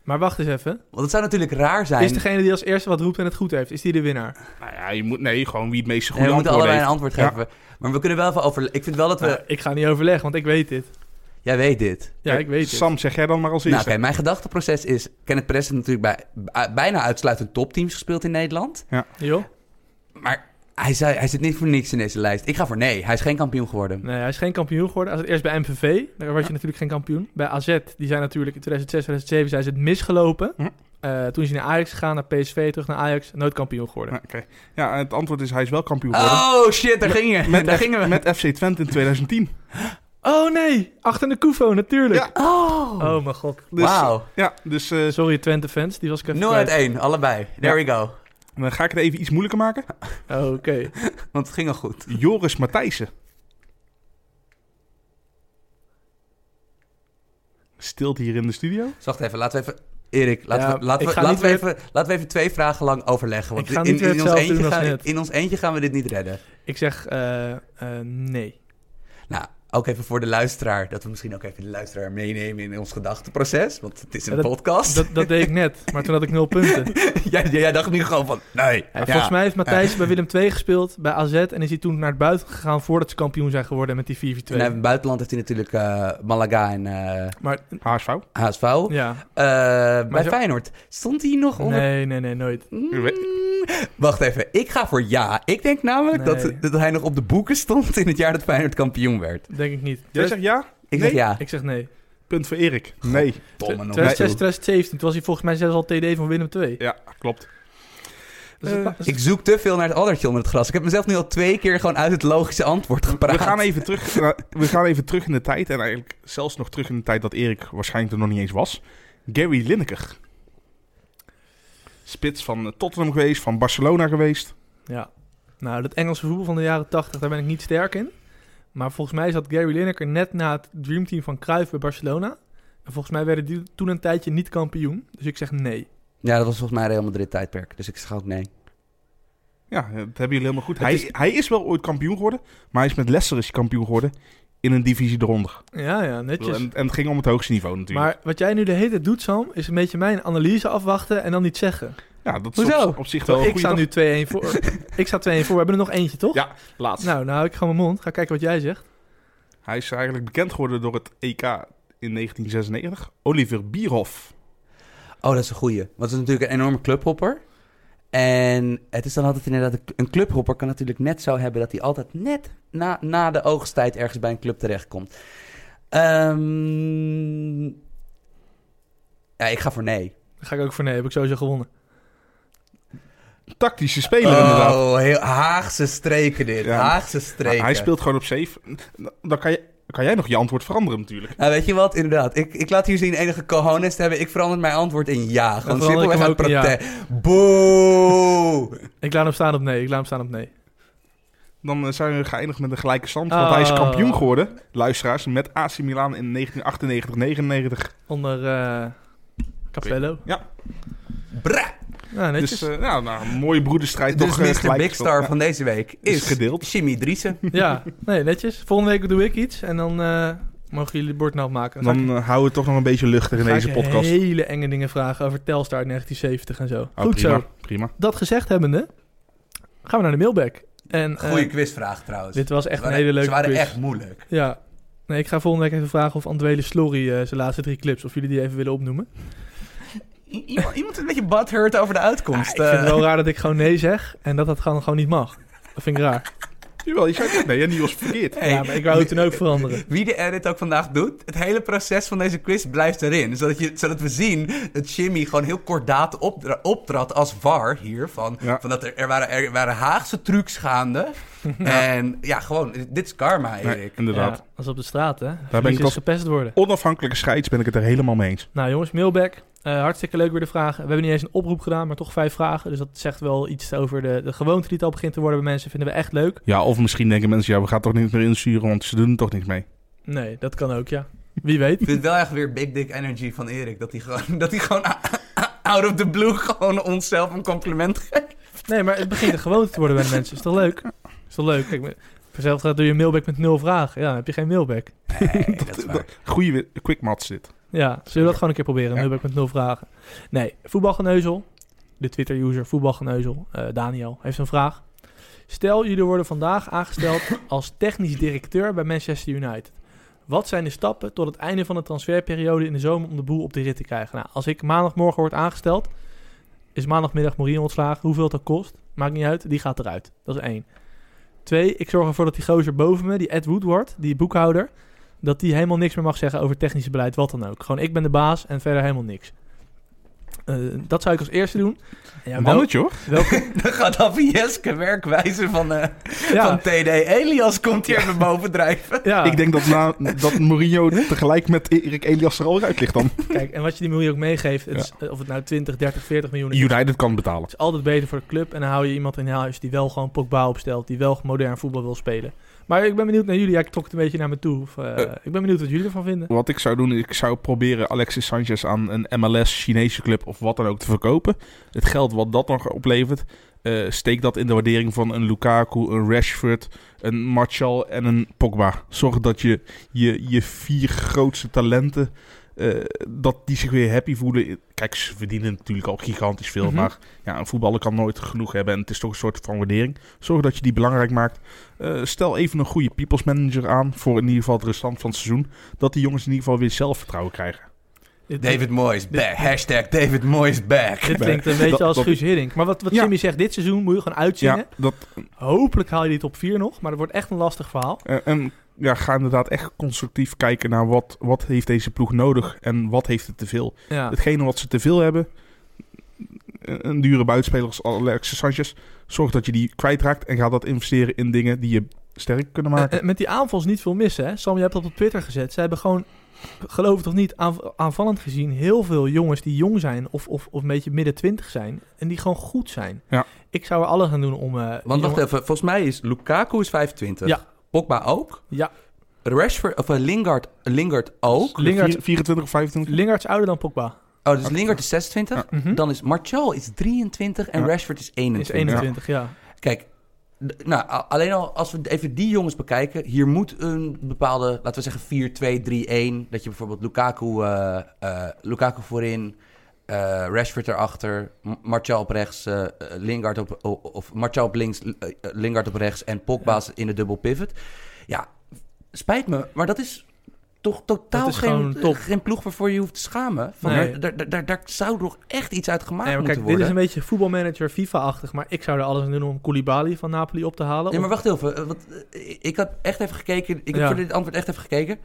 Maar wacht eens even.
Want het zou natuurlijk raar zijn.
Is degene die als eerste wat roept en het goed heeft, is die de winnaar?
Nou ja, je moet... Nee, gewoon wie het meeste
Nee,
goede
we moeten
antwoorden
allebei
heeft.
een antwoord
Ja.
geven. Maar we kunnen wel even over. Ik vind wel dat we.
Nou, ik ga niet overleggen, want ik weet dit.
Jij weet dit.
Ja, ik weet het.
Sam, zeg jij dan maar als
Nou, oké,
eerste.
mijn gedachteproces is... Kenneth Perez heeft natuurlijk bij, bij- bijna uitsluitend topteams gespeeld in Nederland.
Joh?
Maar hij, zei, hij zit niet voor niks in deze lijst. Ik ga voor nee. Hij is geen kampioen geworden.
Nee, hij is geen kampioen geworden. Als het eerst bij MVV, daar was je natuurlijk geen kampioen. Bij AZ, die zijn natuurlijk in 2006, 2007 zijn ze het misgelopen.
Hm.
Eh, toen is hij naar Ajax gegaan, naar PSV, terug naar Ajax, nooit kampioen geworden.
Ja, oké. ja, het antwoord is hij is wel kampioen geworden.
Oh shit, <laughs> daar gingen
Met,
daar
F-
gingen we.
met FC Twente in 2010.
Oh nee, achter de Kufo natuurlijk.
Oh,
Oh mijn god.
Dus,
wauw.
Ja, dus eh,
Sorry Twente fans, die was ik even
0 uit
kwijt.
1, allebei. There we go.
dan ga ik het even iets moeilijker maken.
Oh, Oké.
Want het ging al goed.
Joris Matthijssen. Stilt hier in de studio.
Dus wacht even, laten we even... Erik, laten,
Ja,
we, laten,
ik
we,
ga
laten, we
niet
even, laten we even twee vragen lang overleggen. Want
Ik ga
in,
niet weer
in ons
hetzelfde
eentje
doen als
gaan,
net.
in ons eentje gaan we dit niet redden.
Ik zeg eh, eh, nee.
Nou, ook even voor de luisteraar. Dat we misschien ook even de luisteraar meenemen in ons gedachteproces. Want het is een
Ja, dat-
podcast.
Dat, dat deed ik net, maar toen had ik nul punten.
<laughs> jij, jij dacht nu gewoon van, nee.
Ja, Volgens mij heeft Matthijs bij Willem II gespeeld, bij AZ. En is hij toen naar het buiten gegaan voordat ze kampioen zijn geworden met die 4-4-2.
En in het buitenland heeft hij natuurlijk eh, Malaga en eh,
Maar
HSV.
HSV.
ja,
Eh, bij
zo-
Feyenoord. Stond hij nog onder...
nee, nee, nee, nooit.
Mm, wacht even, ik ga voor ja. Ik denk namelijk
Nee.
dat, dat hij nog op de boeken stond in het jaar dat Feyenoord kampioen werd.
Denk ik niet.
Jij zegt ja?
Ik
Nee?
zeg ja.
Ik zeg nee.
Punt voor Erik. Nee.
Domme nog.
2006, 2017, toen was hij volgens mij zelfs al TD van Willem II.
Ja, klopt.
Dus het
Eh,
ma- dus-
Ik zoek te veel naar het addertje onder het gras. Ik heb mezelf nu al twee keer gewoon uit het logische antwoord gepraat.
We gaan, even terug, eh, we gaan even terug in de tijd. En eigenlijk zelfs nog terug in de tijd dat Erik waarschijnlijk er nog niet eens was. Gary Lineker. Spits van eh, Tottenham geweest, van Barcelona geweest.
ja. Nou, dat Engelse voetbal van de jaren 80, daar ben ik niet sterk in. Maar volgens mij zat Gary Lineker net na het dreamteam van Cruijff bij Barcelona. En volgens mij werden die toen een tijdje niet kampioen. Dus ik zeg nee.
Ja, dat was volgens mij Real Madrid tijdperk. Dus ik zeg ook nee.
Ja, eh, dat hebben jullie helemaal goed.
Het
Hij
is-
is... hij is wel ooit kampioen geworden, maar hij is met Leicester is hij kampioen geworden in een divisie eronder.
Ja, ja,
Ik bedoel,
netjes.
En, en het ging om het hoogste niveau natuurlijk.
Maar wat jij nu de hele tijd doet, Sam, is een beetje mijn analyse afwachten en dan niet zeggen.
ja, dat is
Hoezo?
op, op zich wel een
ik
goede
sta
dag.
nu 2-1 voor. <laughs> ik sta 2-1 voor. We hebben er nog eentje, toch?
Ja, laatst.
Nou, nou, ik ga mijn mond. Ga kijken wat jij zegt.
Hij is eigenlijk bekend geworden door het EK in 1996. Oliver Bierhoff.
Oh, dat is een goeie. Want het is natuurlijk een enorme clubhopper. En het is dan altijd inderdaad... Een clubhopper kan natuurlijk net zo hebben... dat hij altijd net na, na de oogsttijd... ergens bij een club terechtkomt. Ehm ja, ik ga voor nee.
Daar ga ik ook voor nee. Heb ik sowieso gewonnen.
Tactische speler inderdaad.
oh, heel Haagse streken dit.
Ja.
Haagse
Maar
streken.
hij speelt gewoon op safe. Dan kan, je, kan jij nog je antwoord veranderen natuurlijk.
Nou, weet je wat? Inderdaad. Ik, ik laat hier zien enige cojones te hebben. Ik verander mijn antwoord in ja. Gewoon
Dan verander ik
simpelweg uit
hem ook in ja.
protest. Boe!
Ik laat hem staan op nee. Ik laat hem staan op nee.
Dan eh, zijn we geëindigd met een gelijke stand.
Ah.
Want hij is kampioen geworden, luisteraars, met AC Milan in 1998-99.
Onder eh Capello.
Ja.
Bra!
Nou, netjes.
Dus eh, nou, nou, een mooie broederstrijd.
Dus
toch, eh,
Mr.
gelijk
Big
gespeeld.
Star
Ja,
van deze week
is
is
gedeeld.
Jimmy <laughs> Driessen.
eh, <laughs>
Ja, nee, netjes. Volgende week doe ik iets en dan eh, mogen jullie het bord nou afmaken.
Dan eh, houden we het toch nog een beetje luchtig in
ga ik
deze podcast.
hele enge dingen vragen over Telstar uit 1970 en zo.
Oh,
Goed
prima,
zo.
Prima.
Dat gezegd hebbende, gaan we naar de mailback. En, eh,
Goeie quizvraag trouwens.
dit was echt
Ze
een
waren-
hele leuke
Ze waren
quiz.
echt moeilijk.
Ja. Nee, ik ga volgende week even vragen of Andwele Slory eh, zijn laatste drie clips, of jullie die even willen opnoemen.
I- iemand, iemand een beetje butthurt over de
Ah,
uitkomst.
ik vind
eh.
het wel raar dat ik gewoon nee zeg en dat dat gewoon, gewoon niet mag. Dat vind ik raar.
Jawel, je zei net nee, en die was verkeerd.
<laughs> <laughs> Hey,
Ja, maar ik wou het toen ook veranderen.
Wie de edit ook vandaag doet, het hele proces van deze quiz blijft erin. Zodat, je, zodat we zien dat Jimmy gewoon heel kordaat opdra- optrad als var hier. Van,
Ja.
van dat er, er, waren, er waren Haagse trucs gaande. En <laughs> ja, gewoon, dit is karma,
Nee,
Erik.
inderdaad.
Ja, als op de straat, hè. Daar
ben ik toch-
gepest worden.
Onafhankelijke scheids ben ik het er helemaal mee eens.
Nou jongens, mailback. Eh, hartstikke leuk weer de vragen. We hebben niet eens een oproep gedaan, maar toch vijf vragen. Dus dat zegt wel iets over de, de gewoonte die het al begint te worden bij mensen. Vinden we echt leuk.
Ja, of misschien denken mensen, ja, we gaan toch niet meer insturen, want ze doen er toch niet mee.
Nee, dat kan ook, ja. Wie weet.
Ik vind het wel echt weer big dick energy van Erik. Dat hij gewoon, dat hij gewoon out of the blue gewoon onszelf een compliment geeft.
Nee, maar het begint een gewoonte te worden bij de mensen. Is toch leuk? Is toch leuk? Kijk, vanzelf gaat doe je een mailback met nul vragen. Ja, dan heb je geen mailback.
Nee, dat is waar.
Goeie wi- quick match dit.
Ja, zullen we dat gewoon een keer proberen? Nu
Ja.
heb ik met nul vragen. Nee, voetbalgeneuzel, de Twitter-user voetbalgeneuzel, eh, Daniel, heeft een vraag. <laughs> Stel, jullie worden vandaag aangesteld als technisch directeur bij Manchester United. Wat zijn de stappen tot het einde van de transferperiode in de zomer om de boel op de rit te krijgen? Nou, als ik maandagmorgen word aangesteld, is maandagmiddag Mourinho ontslagen. Hoeveel dat kost, maakt niet uit. Die gaat eruit. Dat is één. Twee, ik zorg ervoor dat die gozer boven me, die Ed Woodward, die boekhouder, dat die helemaal niks meer mag zeggen over technisch beleid, wat dan ook. Gewoon, ik ben de baas en verder helemaal niks. Eh, dat zou ik als eerste doen. En Ja,
<laughs>
wel-
Mannetje hoor.
welke,
<laughs> Dan gaat Avieske werkwijze van, eh, van
ja,
TD Elias komt hier naar boven drijven.
ja.
Ik denk dat, na, dat Mourinho tegelijk met Erik Elias er al uit ligt dan.
Kijk, en wat je die miljoen ook meegeeft, het is, eh, of het nou 20, 30, 40 miljoen is,
<laughs> United kan betalen.
Het is altijd beter voor de club. En dan hou je iemand in huis die wel gewoon Pogba opstelt. Die wel modern voetbal wil spelen. Maar ik ben benieuwd naar jullie. Ja, ik trok het een beetje naar me toe. Of, eh,
Eh.
ik ben benieuwd wat jullie ervan vinden.
Wat ik zou doen, ik zou proberen Alexis Sanchez aan een MLS, Chinese club of wat dan ook te verkopen. Het geld wat dat nog oplevert, eh, steek dat in de waardering van een Lukaku, een Rashford, een Martial en een Pogba. Zorg dat je je, je vier grootste talenten, eh, dat die zich weer happy voelen. Kijk, ze verdienen natuurlijk al gigantisch veel,
Mhm.
maar ja, een voetballer kan nooit genoeg hebben. En het is toch een soort van waardering. Zorg dat je die belangrijk maakt. Eh, stel even een goede people's manager aan voor in ieder geval het restant van het seizoen. Dat die jongens in ieder geval weer zelfvertrouwen krijgen.
Dit-
<laughs> David Moyes back. Hashtag David Moyes back.
Dit klinkt een beetje
Dat-
als
dat-
Guus Hiddink. Maar wat, wat
Ja.
Jimmy zegt, dit seizoen moet je gewoon uitzingen.
Ja, dat,
Hopelijk haal je die top 4 nog. Maar dat wordt echt een lastig verhaal.
eh, en ja, ga inderdaad echt constructief kijken naar wat, wat heeft deze ploeg nodig en wat heeft het te veel.
Ja.
Ah. Hetgene wat ze te veel hebben, een een dure buitenspeler als Alexis Sanchez, zorg dat je die kwijtraakt en ga dat investeren in dingen die je sterk kunnen maken.
Eh, eh, met die aanvals niet veel missen. Hè? Sam, je hebt dat op Twitter gezet. Ze hebben gewoon, geloof het of niet, aanv- aanvallend gezien heel veel jongens die jong zijn of, of, of een beetje midden twintig zijn. En die gewoon goed zijn.
Ja.
Ik zou er alles aan doen om... eh, die
Want
jongen-
wacht even, volgens mij is Lukaku is 25.
Ja.
Pogba ook.
Ja.
Rashford, of eh, Lingard, Lingard ook.
Lingard,
Vier- 24 of 25?
Lingard is ouder dan Pogba.
Oh, dus Lingard is 26.
Mhm.
Dan is Martial is 23 en
Ja.
Rashford is
is
21.
21, ja.
Kijk, d- nou, a- alleen al als we even die jongens bekijken. Hier moet een bepaalde, laten we zeggen 4-2-3-1. Dat je bijvoorbeeld Lukaku, eh, eh, Lukaku voorin, eh, Rashford erachter, M- Martial op rechts, eh, eh, Lingard op, o- of Martial op links, L- eh, eh, Lingard op rechts en Pogba's in de dubbel pivot. Ja, spijt me, maar dat is... Toch totaal
Dat is
geen,
gewoon top.
geen ploeg waarvoor je hoeft te schamen. Van,
Nee.
daar, daar, daar, daar zou toch echt iets uit gemaakt
Nee, maar
moeten
kijk, dit
worden.
is een beetje voetbalmanager FIFA-achtig. Maar ik zou er alles aan doen om Koulibaly van Napoli op te halen.
Nee,
Om-
maar wacht even. eh, Want eh, ik had echt even gekeken. Ik heb
Ja.
voor dit antwoord echt even gekeken.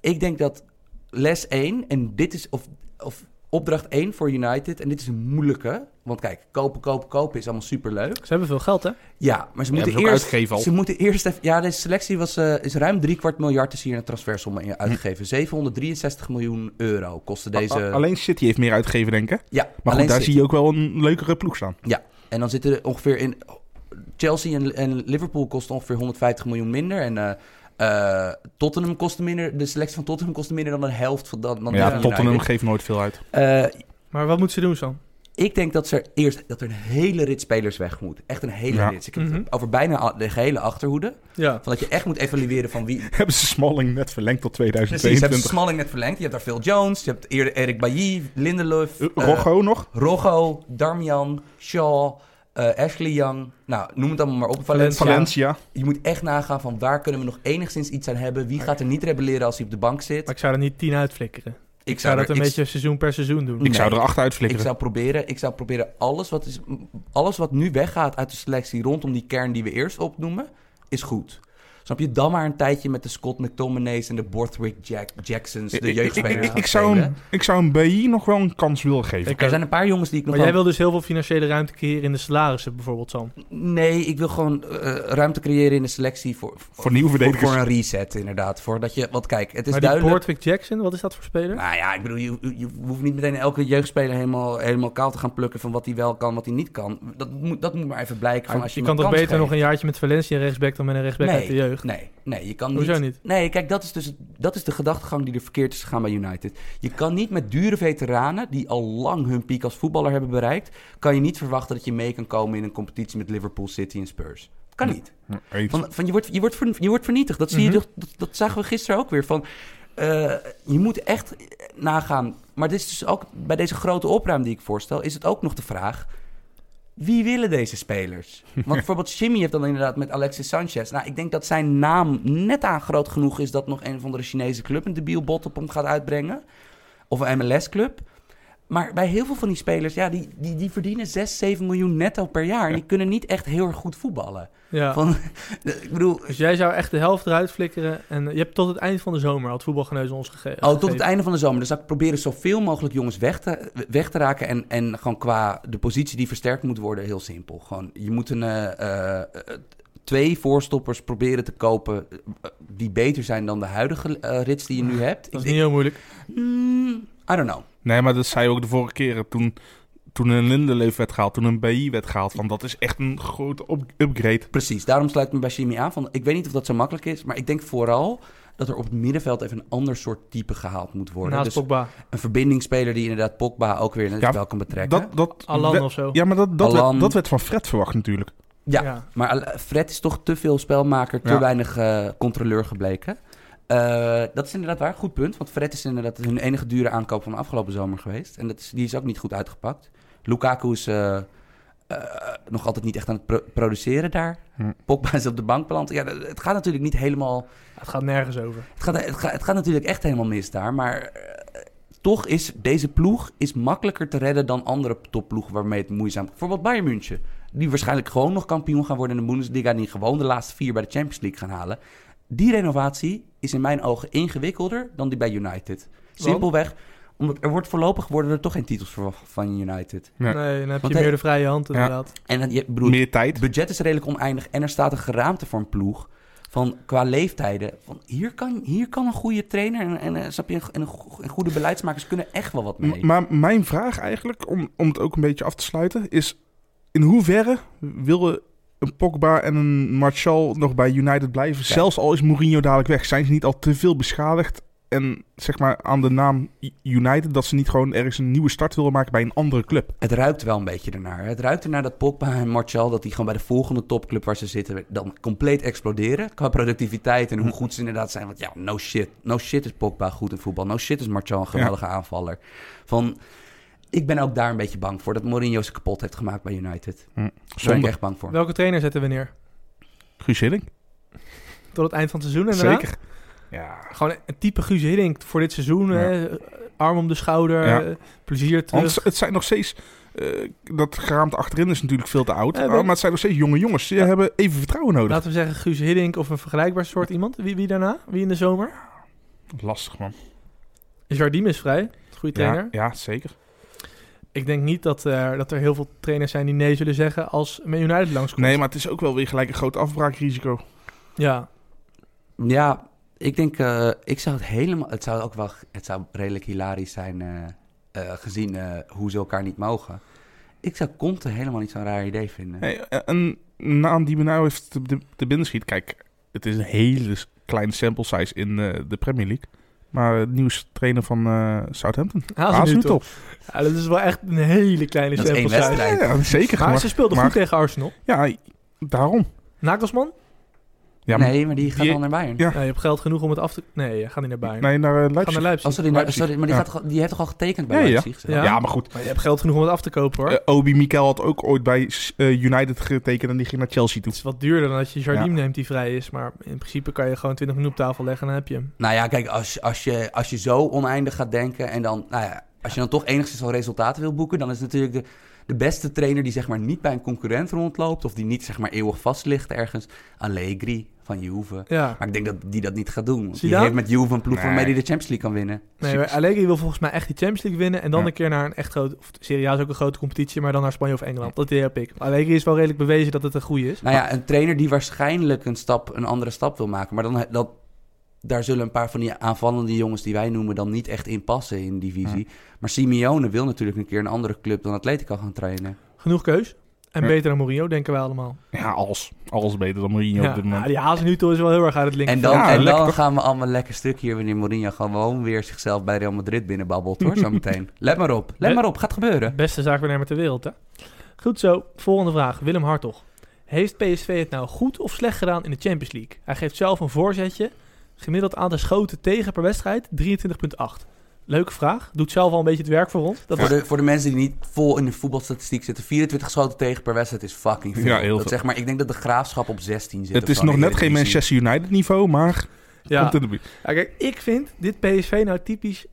Ik denk dat les 1 en dit is of, of opdracht 1 voor United en dit is een moeilijke. Want kijk, kopen, kopen, kopen is allemaal superleuk.
Ze hebben veel geld, hè?
Ja, maar ze
Ja,
moeten
hebben ze ook
eerst
uitgegeven al.
Ze moeten eerst even. Ja, deze selectie was, eh, is ruim drie kwart miljard is hier in transfersommen
Hm.
in uitgegeven. 763 miljoen euro kostte
A- a-
deze.
Alleen City heeft meer uitgegeven, denk ik. hè?
Ja,
Maar
alleen
goed, daar
City.
zie je ook wel een leukere ploeg staan.
Ja, en dan zitten er ongeveer in. Chelsea en, en Liverpool kosten ongeveer 150 miljoen minder. En eh, eh, Tottenham kostte minder. De selectie van Tottenham kostte minder dan een helft van dan. dan
Ja,
die van
Tottenham
United.
geeft nooit veel
<laughs>
uit.
Eh,
Maar wat moeten ze doen, Sam?
ik denk dat ze er eerst dat er een hele rit spelers weg moet. Echt een hele
Ja.
rit. Dus Ik heb het
Mhm.
over bijna al- de gehele achterhoede.
Ja.
Van dat je echt moet evalueren van
<laughs>
wie.
Hebben ze Smalling net verlengd tot
Precies, je hebt
2022?
Smalling net verlengd. Je hebt daar Phil Jones. Je hebt eerder Erik Bailly, Lindelof. eh,
Rogo nog?
Rogo, Darmian, Shaw, eh, Ashley Young. Nou, noem het allemaal maar op.
Valencia.
Valencia.
Valencia.
Je moet echt nagaan van waar kunnen we nog enigszins iets aan hebben. Wie gaat er niet rebelleren als hij op de bank zit?
Maar ik zou er niet tien uitflikkeren. Ik
ik
zou dat
er-
een
ik-
beetje seizoen per seizoen doen.
Nee.
Ik zou er achteruit
Ik
flikkeren.
zou proberen, ik zou proberen alles, wat is, alles wat nu weggaat uit de selectie rondom die kern die we eerst opnoemen, is goed. Snap je? Dan maar een tijdje met de Scott McTominay's en de Borthwick Jack, Jacksons,
Ik-
dus de
ik-
jeugdspelers.
ik- ik-
gaan
Ik zou
spelen.
een- ik zou een BI nog wel een kans willen geven.
Ik
Er
ook.
zijn een paar jongens die ik nog
Maar jij
wel-
wil dus heel veel financiële ruimte creëren in de salarissen, bijvoorbeeld, Sam.
Nee, ik wil gewoon eh, ruimte creëren in de selectie voor, voor,
Voor nieuwe
voor,
verdedigers.
een reset, inderdaad. Voordat je, want kijk, het is
maar die
duidelijk...
Portwick Jackson, wat is dat voor speler?
Nou ja, ik bedoel, je, je- je hoeft niet meteen elke jeugdspeler helemaal, helemaal kaal te gaan plukken van wat hij wel kan, wat hij niet kan. Dat moet, dat moet maar even blijken. Van als je
Ah, je kan
hem
toch
een
beter
kans
nog
geeft.
een jaartje met Valencia rechtsback dan met een rechtsback uit de jeugd?
Nee, nee, je kan
Hoezo
niet.
niet?
Nee, kijk, dat is dus dat is de gedachtegang die er verkeerd is gegaan bij United. Je kan niet met dure veteranen die al lang hun piek als voetballer hebben bereikt, kan je niet verwachten dat je mee kan komen in een competitie met Liverpool City en Spurs. Dat kan niet.
Eens.
Van, van je, wordt, je, wordt ver- je wordt vernietigd. Dat, zie je,
Mhm.
toch- dat, dat zagen we gisteren ook weer. Van, eh, je moet echt nagaan. Maar dit is dus ook bij deze grote opruim die ik voorstel, is het ook nog de vraag. Wie willen deze <laughs> spelers? Want bijvoorbeeld Jimmy heeft dan inderdaad met Alexis Sanchez. Nou, ik denk dat zijn naam net aan groot genoeg is dat nog een of andere Chinese club een debiel bot op hem gaat uitbrengen. Of een MLS-club. Maar bij heel veel van die spelers, ja, die, die, die verdienen 6, 7 miljoen netto per jaar. En die kunnen niet echt heel erg goed voetballen.
Ja.
Van, ik bedoel,
Dus jij zou echt de helft eruit flikkeren. En eh, je hebt tot het eind van de zomer had voetbalgeneuzen ons gege- gegeven.
Oh, tot het einde van de zomer. Dus dat ik proberen zoveel mogelijk jongens weg te, weg te raken. En, en gewoon qua de positie die versterkt moet worden, heel simpel. Gewoon, je moet een, eh, eh, twee voorstoppers proberen te kopen eh, die beter zijn dan de huidige eh, rits die je nu hebt.
Dat is
Ik
niet heel moeilijk.
denk- Mm, I don't know.
Nee, maar dat zei je ook de vorige keren toen, toen een Lindeleef werd gehaald, toen een BI werd gehaald. Van dat is echt een grote up- upgrade.
Precies, daarom sluit ik me bij Jimmy aan. Van, ik weet niet of dat zo makkelijk is, maar ik denk vooral dat er op het middenveld even een ander soort type gehaald moet worden.
Naast
dus
Pogba.
een verbindingsspeler die inderdaad Pogba ook weer in het
Ja,
spel kan betrekken.
Dat, dat,
Alan
we-
of zo.
ja, maar dat, dat,
Alan.
werd, dat werd van Fred verwacht natuurlijk.
ja. Maar Al- Fred is toch te veel spelmaker, te
Ja.
weinig eh, controleur gebleken. Eh, dat is inderdaad waar, goed punt. Want Fred is inderdaad hun enige dure aankoop van de afgelopen zomer geweest. En dat is, die is ook niet goed uitgepakt. Lukaku is eh, eh, nog altijd niet echt aan het pro- produceren daar.
Hm.
Pogba is op de bank beland. Ja, dat- het gaat natuurlijk niet helemaal...
Het gaat nergens over.
Het gaat, het gaat, het gaat natuurlijk echt helemaal mis daar. Maar eh, toch is deze ploeg is makkelijker te redden dan andere topploegen waarmee het moeizaam... Bijvoorbeeld Bayern München. Die waarschijnlijk gewoon nog kampioen gaan worden in de Bundesliga. En die gewoon de laatste vier bij de Champions League gaan halen. Die renovatie is in mijn ogen ingewikkelder dan die bij United. Simpelweg, omdat er wordt voorlopig worden er toch geen titels verwacht van United.
Ja.
Nee, dan heb
Want
je
hij-
meer de vrije hand
Ja.
inderdaad.
En dat- je, ik bedoel,
Meer tijd.
het budget is redelijk oneindig en er staat een geraamte voor een ploeg. Van qua leeftijden. Van hier, kan, hier kan een goede trainer en, en, eh, snap je, en een go- en goede beleidsmakers kunnen echt wel wat mee.
M- Maar mijn vraag eigenlijk, om, om het ook een beetje af te sluiten, is in hoeverre willen een Pogba en een Martial nog bij United blijven?
Ja.
Zelfs al is Mourinho dadelijk weg, zijn ze niet al te veel beschadigd? En zeg maar aan de naam I- United, dat ze niet gewoon ergens een nieuwe start willen maken bij een andere club.
Het ruikt wel een beetje ernaar. hè. Het ruikt ernaar dat Pogba en Martial... dat die gewoon bij de volgende topclub waar ze zitten... dan compleet exploderen qua productiviteit... en hoe goed ze inderdaad zijn. Want ja, no shit. No shit is Pogba goed in voetbal. No shit is Martial een geweldige aanvaller. Van, ik ben ook daar een beetje bang voor... dat Mourinho ze kapot heeft gemaakt bij United. Daar ben ik
Zonder
echt bang voor.
Welke trainer zetten we neer?
Guus Hiddink.
Tot het eind van het seizoen inderdaad?
Zeker. Ja.
Gewoon een type Guus Hiddink voor dit seizoen.
Ja.
hè. Arm om de schouder,
Ja.
eh, plezier terug.
Want het zijn nog steeds... eh, dat geraamte achterin is natuurlijk veel te oud.
Eh, ben-
maar het zijn nog steeds jonge jongens. Ze hebben even vertrouwen nodig.
Laten we zeggen Guus Hiddink of een vergelijkbaar soort iemand. Wie, wie daarna? Wie in de zomer?
Lastig, man.
Jardim is vrij. Goede trainer.
Ja, ja, zeker.
Ik denk niet dat, eh, dat er heel veel trainers zijn die nee zullen zeggen als Man United langskomt.
Nee, maar het is ook wel weer gelijk een groot afbraakrisico.
Ja,
Ja, ik denk, eh, ik zou het helemaal. Het zou ook wel. Het zou redelijk hilarisch zijn. eh, eh, gezien eh, hoe ze elkaar niet mogen. Ik zou Conte helemaal niet zo'n raar idee vinden.
Nee, eh, een naam die me nou heeft te, te, te binnen schiet. Kijk, het is een hele s- kleine sample size in eh, de Premier League. Maar het nieuws trainer van eh, Southampton.
Hazenutel.
Hazenutel.
Ja, dat is wel echt een hele kleine
Dat is één
sample size.
wedstrijd.
Ja, ja, zeker.
Maar
Maar,
ze speelden
maar-
goed tegen Arsenal.
ja, daarom.
Nagelsman?
Ja, maar-
nee, maar die gaat
die-
al naar Bayern.
ja.
Nou, je hebt geld genoeg om het af te... Nee, je gaat niet naar Bayern.
Nee, naar eh,
Ga
Leipzig.
naar Leipzig.
Oh, sorry, nou,
Leipzig.
sorry, maar die,
Ja.
gaat, toch- die heeft toch al getekend bij
Ja, ja.
Leipzig?
Ja.
ja. maar goed.
Maar je hebt geld genoeg om het af te kopen, hoor.
Eh, Obi Mikel had ook ooit bij S- eh, United getekend en die ging naar Chelsea toe.
Het is wat duurder dan als je Jardim neemt die vrij is. Maar in principe kan je gewoon 20 minuten op tafel leggen en dan heb je hem.
Nou ja, kijk, als, als, je, als je zo oneindig gaat denken en dan, nou ja, als je dan toch enigszins al resultaten wil boeken, dan is natuurlijk de, de beste trainer die zeg maar niet bij een concurrent rondloopt of die niet zeg maar eeuwig vast ligt ergens, Allegri van Juve.
Ja.
Maar ik denk dat die dat niet gaat doen. Want die
Zidane?
heeft met Juve een ploeg
Nee.
waarmee die de Champions League kan winnen.
Nee, maar Allegri wil volgens mij echt die Champions League winnen. En dan
Ja.
een keer naar een echt groot... Of Serie A is ook een grote competitie, maar dan naar Spanje of Engeland. Dat heb ik. Allegri is wel redelijk bewezen dat het een goede is.
Nou ja, een trainer die waarschijnlijk een, stap, een andere stap wil maken. Maar dan, he- dat, daar zullen een paar van die aanvallende jongens die wij noemen dan niet echt in passen in die divisie. Maar Simeone wil natuurlijk een keer een andere club dan Atletico gaan trainen.
Genoeg keus. En
Ja.
beter dan Mourinho, denken wij allemaal.
Ja, als. Alles beter dan Mourinho
Ja,
op dit
nou,
moment.
die Hazenutel is wel heel erg uit het linker.
En dan,
Ja,
en
lekker
dan
toch?
gaan we allemaal lekker stuk hier wanneer Mourinho gewoon weer zichzelf bij Real Madrid
<laughs>
binnenbabbelt hoor, zometeen. Let maar op, let
Be-
maar op, gaat gebeuren.
Beste zaakwaarnemer ter wereld, hè? Goed zo, volgende vraag. Willem Hartog. Heeft PSV het nou goed of slecht gedaan in de Champions League? Hij geeft zelf een voorzetje. Gemiddeld aantal schoten tegen per wedstrijd 23,8. Leuke vraag. Doet zelf al een beetje het werk voor ons. Dat
voor,
is,
de, voor de mensen die niet vol in de voetbalstatistiek zitten, 24 schoten tegen per wedstrijd is fucking veel.
Ja, heel
dat
veel.
Zeg maar, ik denk dat de graafschap op 16 zit.
Het
of
is
zo in
nog
de
net geen
Eredivisie.
Manchester United niveau, maar
ja.
komt in de buurt.
Ja, Nou, kijk, ik vind dit PSV nou typisch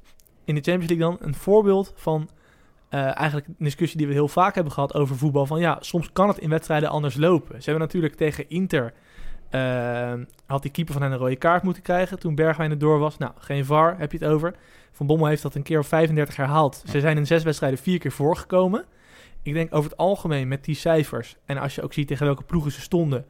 in de Champions League dan een voorbeeld van eh, eigenlijk een discussie die we heel vaak hebben gehad over voetbal. Van ja, soms kan het in wedstrijden anders lopen. Ze hebben natuurlijk tegen Inter, eh, had die keeper van hen een rode kaart moeten krijgen toen Bergwijn er door was. Nou, geen VAR, heb je het over. Van Bommel heeft dat een keer of 35 herhaald. Ze zijn in zes wedstrijden vier keer voorgekomen. Ik denk over het algemeen met die cijfers en als je ook ziet tegen welke ploegen ze stonden,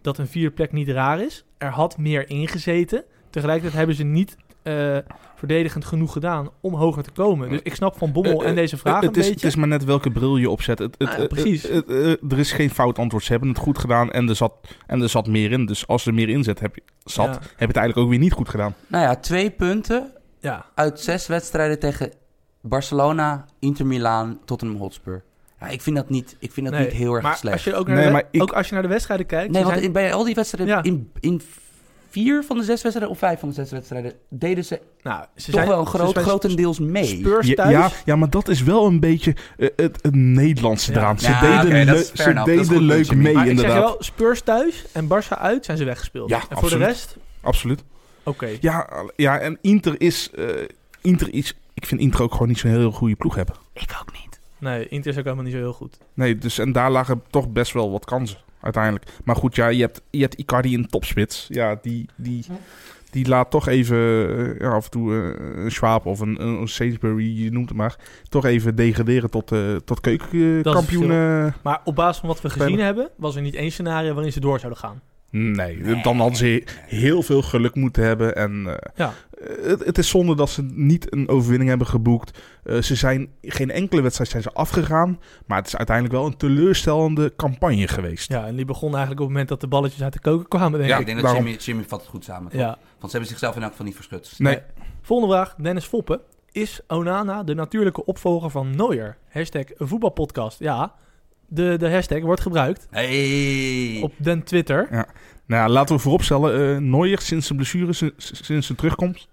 dat een vierde plek niet raar is. Er had meer ingezeten. Tegelijkertijd hebben ze niet eh, verdedigend genoeg gedaan om hoger te komen. Dus ik snap van Bommel
Eh,
en
eh,
deze vraag
het,
een
is,
beetje.
het is maar net welke bril je opzet. Het, het,
Ah,
het-
precies.
het- het- er is geen fout antwoord. Ze hebben het goed gedaan en er zat, en er zat meer in. Dus als er meer in zit, heb je, zat,
Ja.
heb je het eigenlijk ook weer niet goed gedaan.
Nou ja, twee punten
ja.
uit zes wedstrijden tegen Barcelona, Inter Milaan, Tottenham Hotspur. Ja, ik vind dat niet, ik vind dat
Nee,
niet heel erg
maar
slecht.
Als je ook, naar
Nee,
de,
maar ik-
ook als je naar de wedstrijden kijkt.
Nee,
ze
want
zijn-
in- bij al die wedstrijden,
Ja.
in, in vier van de zes wedstrijden of vijf van de zes wedstrijden, deden ze
nou, ze
toch
zijn
wel een groot,
ze zijn
grotendeels mee.
Spurs
Ja,
thuis.
ja, ja, maar dat is wel een beetje eh, het, het Nederlandse
Ja.
eraan. Ze
Ja,
deden,
oké, dat
leu-
is fair
ze
enough. Dat is
deden
goed,
leuk
Benjamin.
mee,
maar ik zeg je
inderdaad.
wel, Spurs thuis en Barça uit zijn ze weggespeeld.
Ja,
en voor
absoluut.
de rest,
Absoluut.
oké.
Ja, al- ja, en Inter is... eh, Inter is ik vind Inter ook gewoon niet zo'n heel goede ploeg hebben.
Ik ook niet.
Nee, Inter is ook helemaal niet zo heel goed.
Nee, dus en daar lagen toch best wel wat kansen uiteindelijk. Maar goed, ja, je hebt, je hebt Icardi in topspits. Ja, die, die, die laat toch even eh, ja, af en toe eh, een Schwab of een, een Sainsbury, je noemt het maar, toch even degraderen tot, eh tot
Dat is het
keukenkampioen. eh,
Maar op basis van wat we gezien
Spelen.
hebben, was er niet één scenario waarin ze door zouden gaan.
nee, dan hadden ze he- heel veel geluk moeten hebben. En eh,
Ja.
eh, het, het is zonde dat ze niet een overwinning hebben geboekt. Eh, ze zijn geen enkele wedstrijd zijn ze afgegaan, maar het is uiteindelijk wel een teleurstellende campagne geweest.
Ja, en die begon eigenlijk op het moment dat de balletjes uit de koken kwamen, denk
Ja,
ja.
ik
ik.
denk dat
daarom-
Jimmy, Jimmy vat het goed samen. toch?
Ja.
Want ze hebben zichzelf in elk geval niet verschut.
Nee.
Volgende vraag, Dennis Foppen. Is Onana de natuurlijke opvolger van Neuer? Hashtag voetbalpodcast. Ja, de, de hashtag wordt gebruikt
Hey.
op den Twitter.
Nou, ja, laten we vooropstellen, eh Neuer sinds zijn blessure, sin- sinds zijn terugkomst,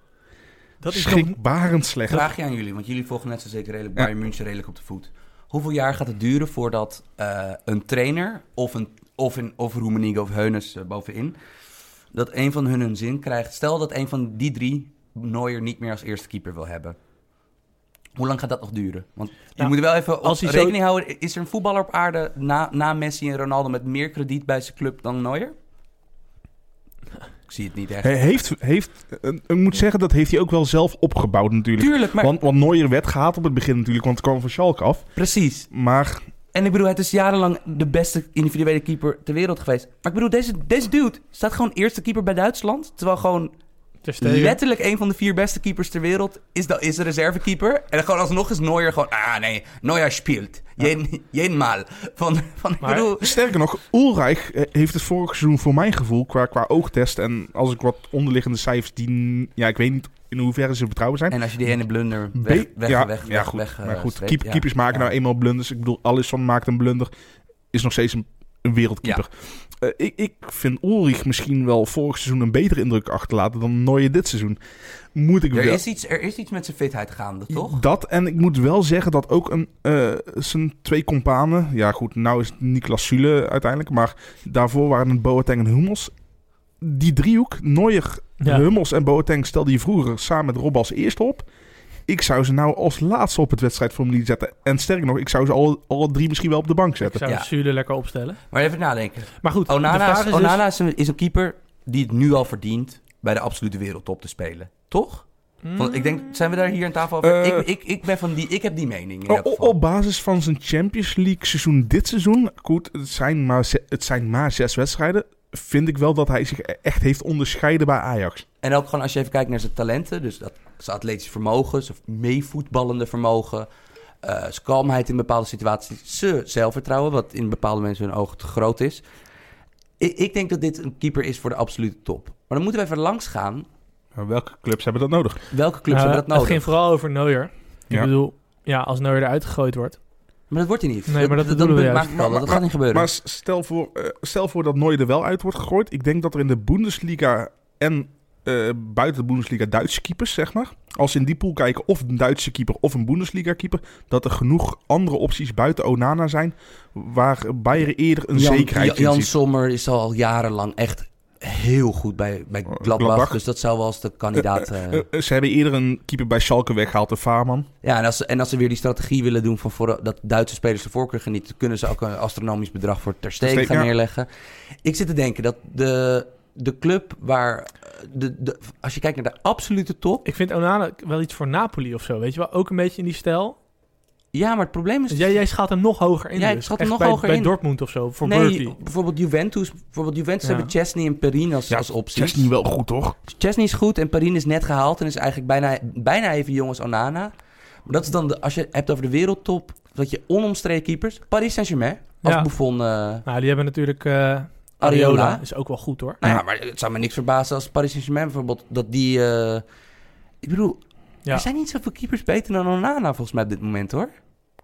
Dat is nog-
schrikbarend slecht.
Vraagje aan jullie, want jullie volgen net zo zeker redelijk Bayern München redelijk op de voet. Hoeveel jaar gaat het duren voordat eh, een trainer of, een, of, een, of Roemenigo of Heunes eh, bovenin... dat een van hun hun zin krijgt? Stel dat een van die drie Neuer niet meer als eerste keeper wil hebben. Hoe lang gaat dat nog duren? Want je
Nou,
moet wel even op-
als hij zo-
rekening houden... is er een voetballer op aarde na, na Messi en Ronaldo... met meer krediet bij zijn club dan Neuer? Ik zie het niet echt.
Hij heeft, heeft, eh, ik moet zeggen, dat heeft hij ook wel zelf opgebouwd natuurlijk.
Tuurlijk, maar
Want, want Neuer werd gehaald op het begin natuurlijk, want het kwam van Schalke af.
precies.
Maar
En ik bedoel, het is jarenlang de beste individuele keeper ter wereld geweest. Maar ik bedoel, deze, deze dude staat gewoon eerste keeper bij Duitsland. Terwijl gewoon
Ter Stegen.
letterlijk een van de vier beste keepers ter wereld is, de, is de reservekeeper. En gewoon alsnog is Neuer gewoon... Ah nee, Neuer speelt. Jeden, Jedenmaal. Van, van, ik
Maar-
bedoel...
sterker nog, Ulreich eh, heeft het vorig seizoen voor mijn gevoel, qua, qua oogtest en als ik wat onderliggende cijfers die, n- ja, ik weet niet in hoeverre ze betrouwbaar zijn.
En als je die ene blunder
Be-
weg, weg,
ja,
weg,
ja,
weg,
goed.
weg, eh,
maar goed,
streep,
keep-
ja.
keepers maken
Ja.
nou eenmaal blunders. Ik bedoel, Alisson maakt een blunder. Is nog steeds een, een wereldkeeper. Eh, ik, ik vind Ulrich misschien wel vorig seizoen een betere indruk achterlaten dan Nooie dit seizoen. Moet ik
Er
wel.
is, iets, er is iets met zijn fitheid gaande, toch?
Dat en ik moet wel zeggen dat ook een, eh, zijn twee companen. Ja, goed, nou is het Niklas Sule uiteindelijk. Maar daarvoor waren het Boateng en Hummels. Die driehoek, Neuer,
Ja.
Hummels en Boateng, stelde je vroeger samen met Rob als eerste op. Ik zou ze nou als laatste op het wedstrijdformulier zetten. En sterker nog, ik zou ze alle, alle drie misschien wel op de bank
Ik
zetten.
zou
Ja.
Zule lekker opstellen.
Maar even nadenken.
Maar goed, de
Onana,
vraag is
is,
dus-
Onana is, een, is een keeper die het nu al verdient bij de absolute wereldtop te spelen. Toch?
Hmm?
Want ik denk, zijn we daar hier aan tafel over?
Eh. Oh,
ik, ik, ik ben van die, ik heb die mening in
O-
elk
o-
geval.
op basis van zijn Champions League seizoen dit seizoen, goed, het zijn, maar ze- het zijn maar zes wedstrijden, vind ik wel dat hij zich e- echt heeft onderscheiden bij Ajax.
En ook gewoon als je even kijkt naar zijn talenten, dus dat, zijn atletische vermogen, zijn meevoetballende vermogen, eh, zijn kalmheid in bepaalde situaties, zijn zelfvertrouwen, wat in bepaalde mensen hun ogen te groot is. Ik, ik denk dat dit een keeper is voor de absolute top. Maar dan moeten we even langs gaan.
Maar welke clubs hebben dat nodig?
Welke
Nou,
clubs hebben dat nodig?
Het ging vooral over Neuer. Ik
Ja.
bedoel, ja, als Neuer eruit gegooid wordt.
Maar dat wordt hij niet.
Nee, maar dat bedoelen we
maakt
juist.
het al, dat, dat gaat niet gebeuren.
Maar s- stel voor, eh, stel voor dat Nooy er wel uit wordt gegooid. Ik denk dat er in de Bundesliga en eh, buiten de Bundesliga Duitse keepers, zeg maar. Als ze in die pool kijken of een Duitse keeper of een Bundesliga keeper, dat er genoeg andere opties buiten Onana zijn waar Bayern eerder een
Jan,
zekerheid
Jan
in ziet.
Sommer is al jarenlang echt heel goed bij, bij
Oh,
Gladbach,
Gladbach.
Dus dat zou wel als de
<laughs>
kandidaat... eh,
Eh, ze hebben eerder een keeper bij Schalke weggehaald, de Faarman.
Ja, en als, ze- en als ze weer die strategie willen doen van voor, dat Duitse spelers de voorkeur genieten, kunnen ze ook een astronomisch bedrag voor Ter Stegen
Ter Stegen,
gaan
ja.
neerleggen. Ik zit te denken dat de, de club waar, eh, de, de, als je kijkt naar de absolute top,
Ik vind Onana wel iets voor Napoli of zo, weet je wel? Ook een beetje in die stijl.
ja, maar het probleem is...
Jij, jij schaat hem nog hoger in.
Ja, ik
dus.
schat hem
Echt
nog
bij,
hoger
bij
in.
Dortmund of zo, voor
nee,
Berkeley.
bijvoorbeeld Juventus, bijvoorbeeld Juventus
Ja.
hebben Chesney en Perrin als, als opties.
is niet wel goed, toch?
Chesney is goed en Perrin is net gehaald en is eigenlijk bijna, bijna even jong als Onana. Maar dat is dan, de, als je het hebt over de wereldtop, dat je onomstreden keepers, Paris Saint-Germain, als
Ja.
Buffon... eh,
Nou, die hebben natuurlijk... eh, Areola.
Areola.
Is ook wel goed, hoor.
Nou ja, maar het zou me niks verbazen als Paris Saint-Germain bijvoorbeeld dat die. eh, ik bedoel,
Ja.
er zijn niet zoveel keepers beter dan Onana volgens mij op dit moment hoor.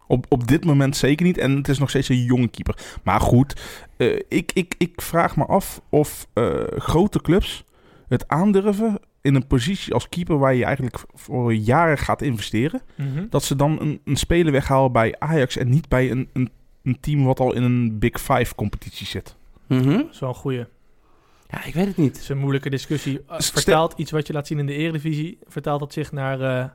Op, op dit moment zeker niet. En het is nog steeds een jonge keeper. Maar goed, eh, ik, ik, ik vraag me af of eh, grote clubs het aandurven in een positie als keeper waar je eigenlijk voor jaren gaat investeren.
Mhm.
Dat ze dan een, een speler weghalen bij Ajax en niet bij een, een, een team wat al in een Big Five competitie zit.
Dat is wel een goeie.
Ja, ik weet het
Het
niet.
is een moeilijke discussie. Eh,
Stel-
Vertaalt iets wat je laat zien in de eredivisie, vertaalt dat zich naar... eh,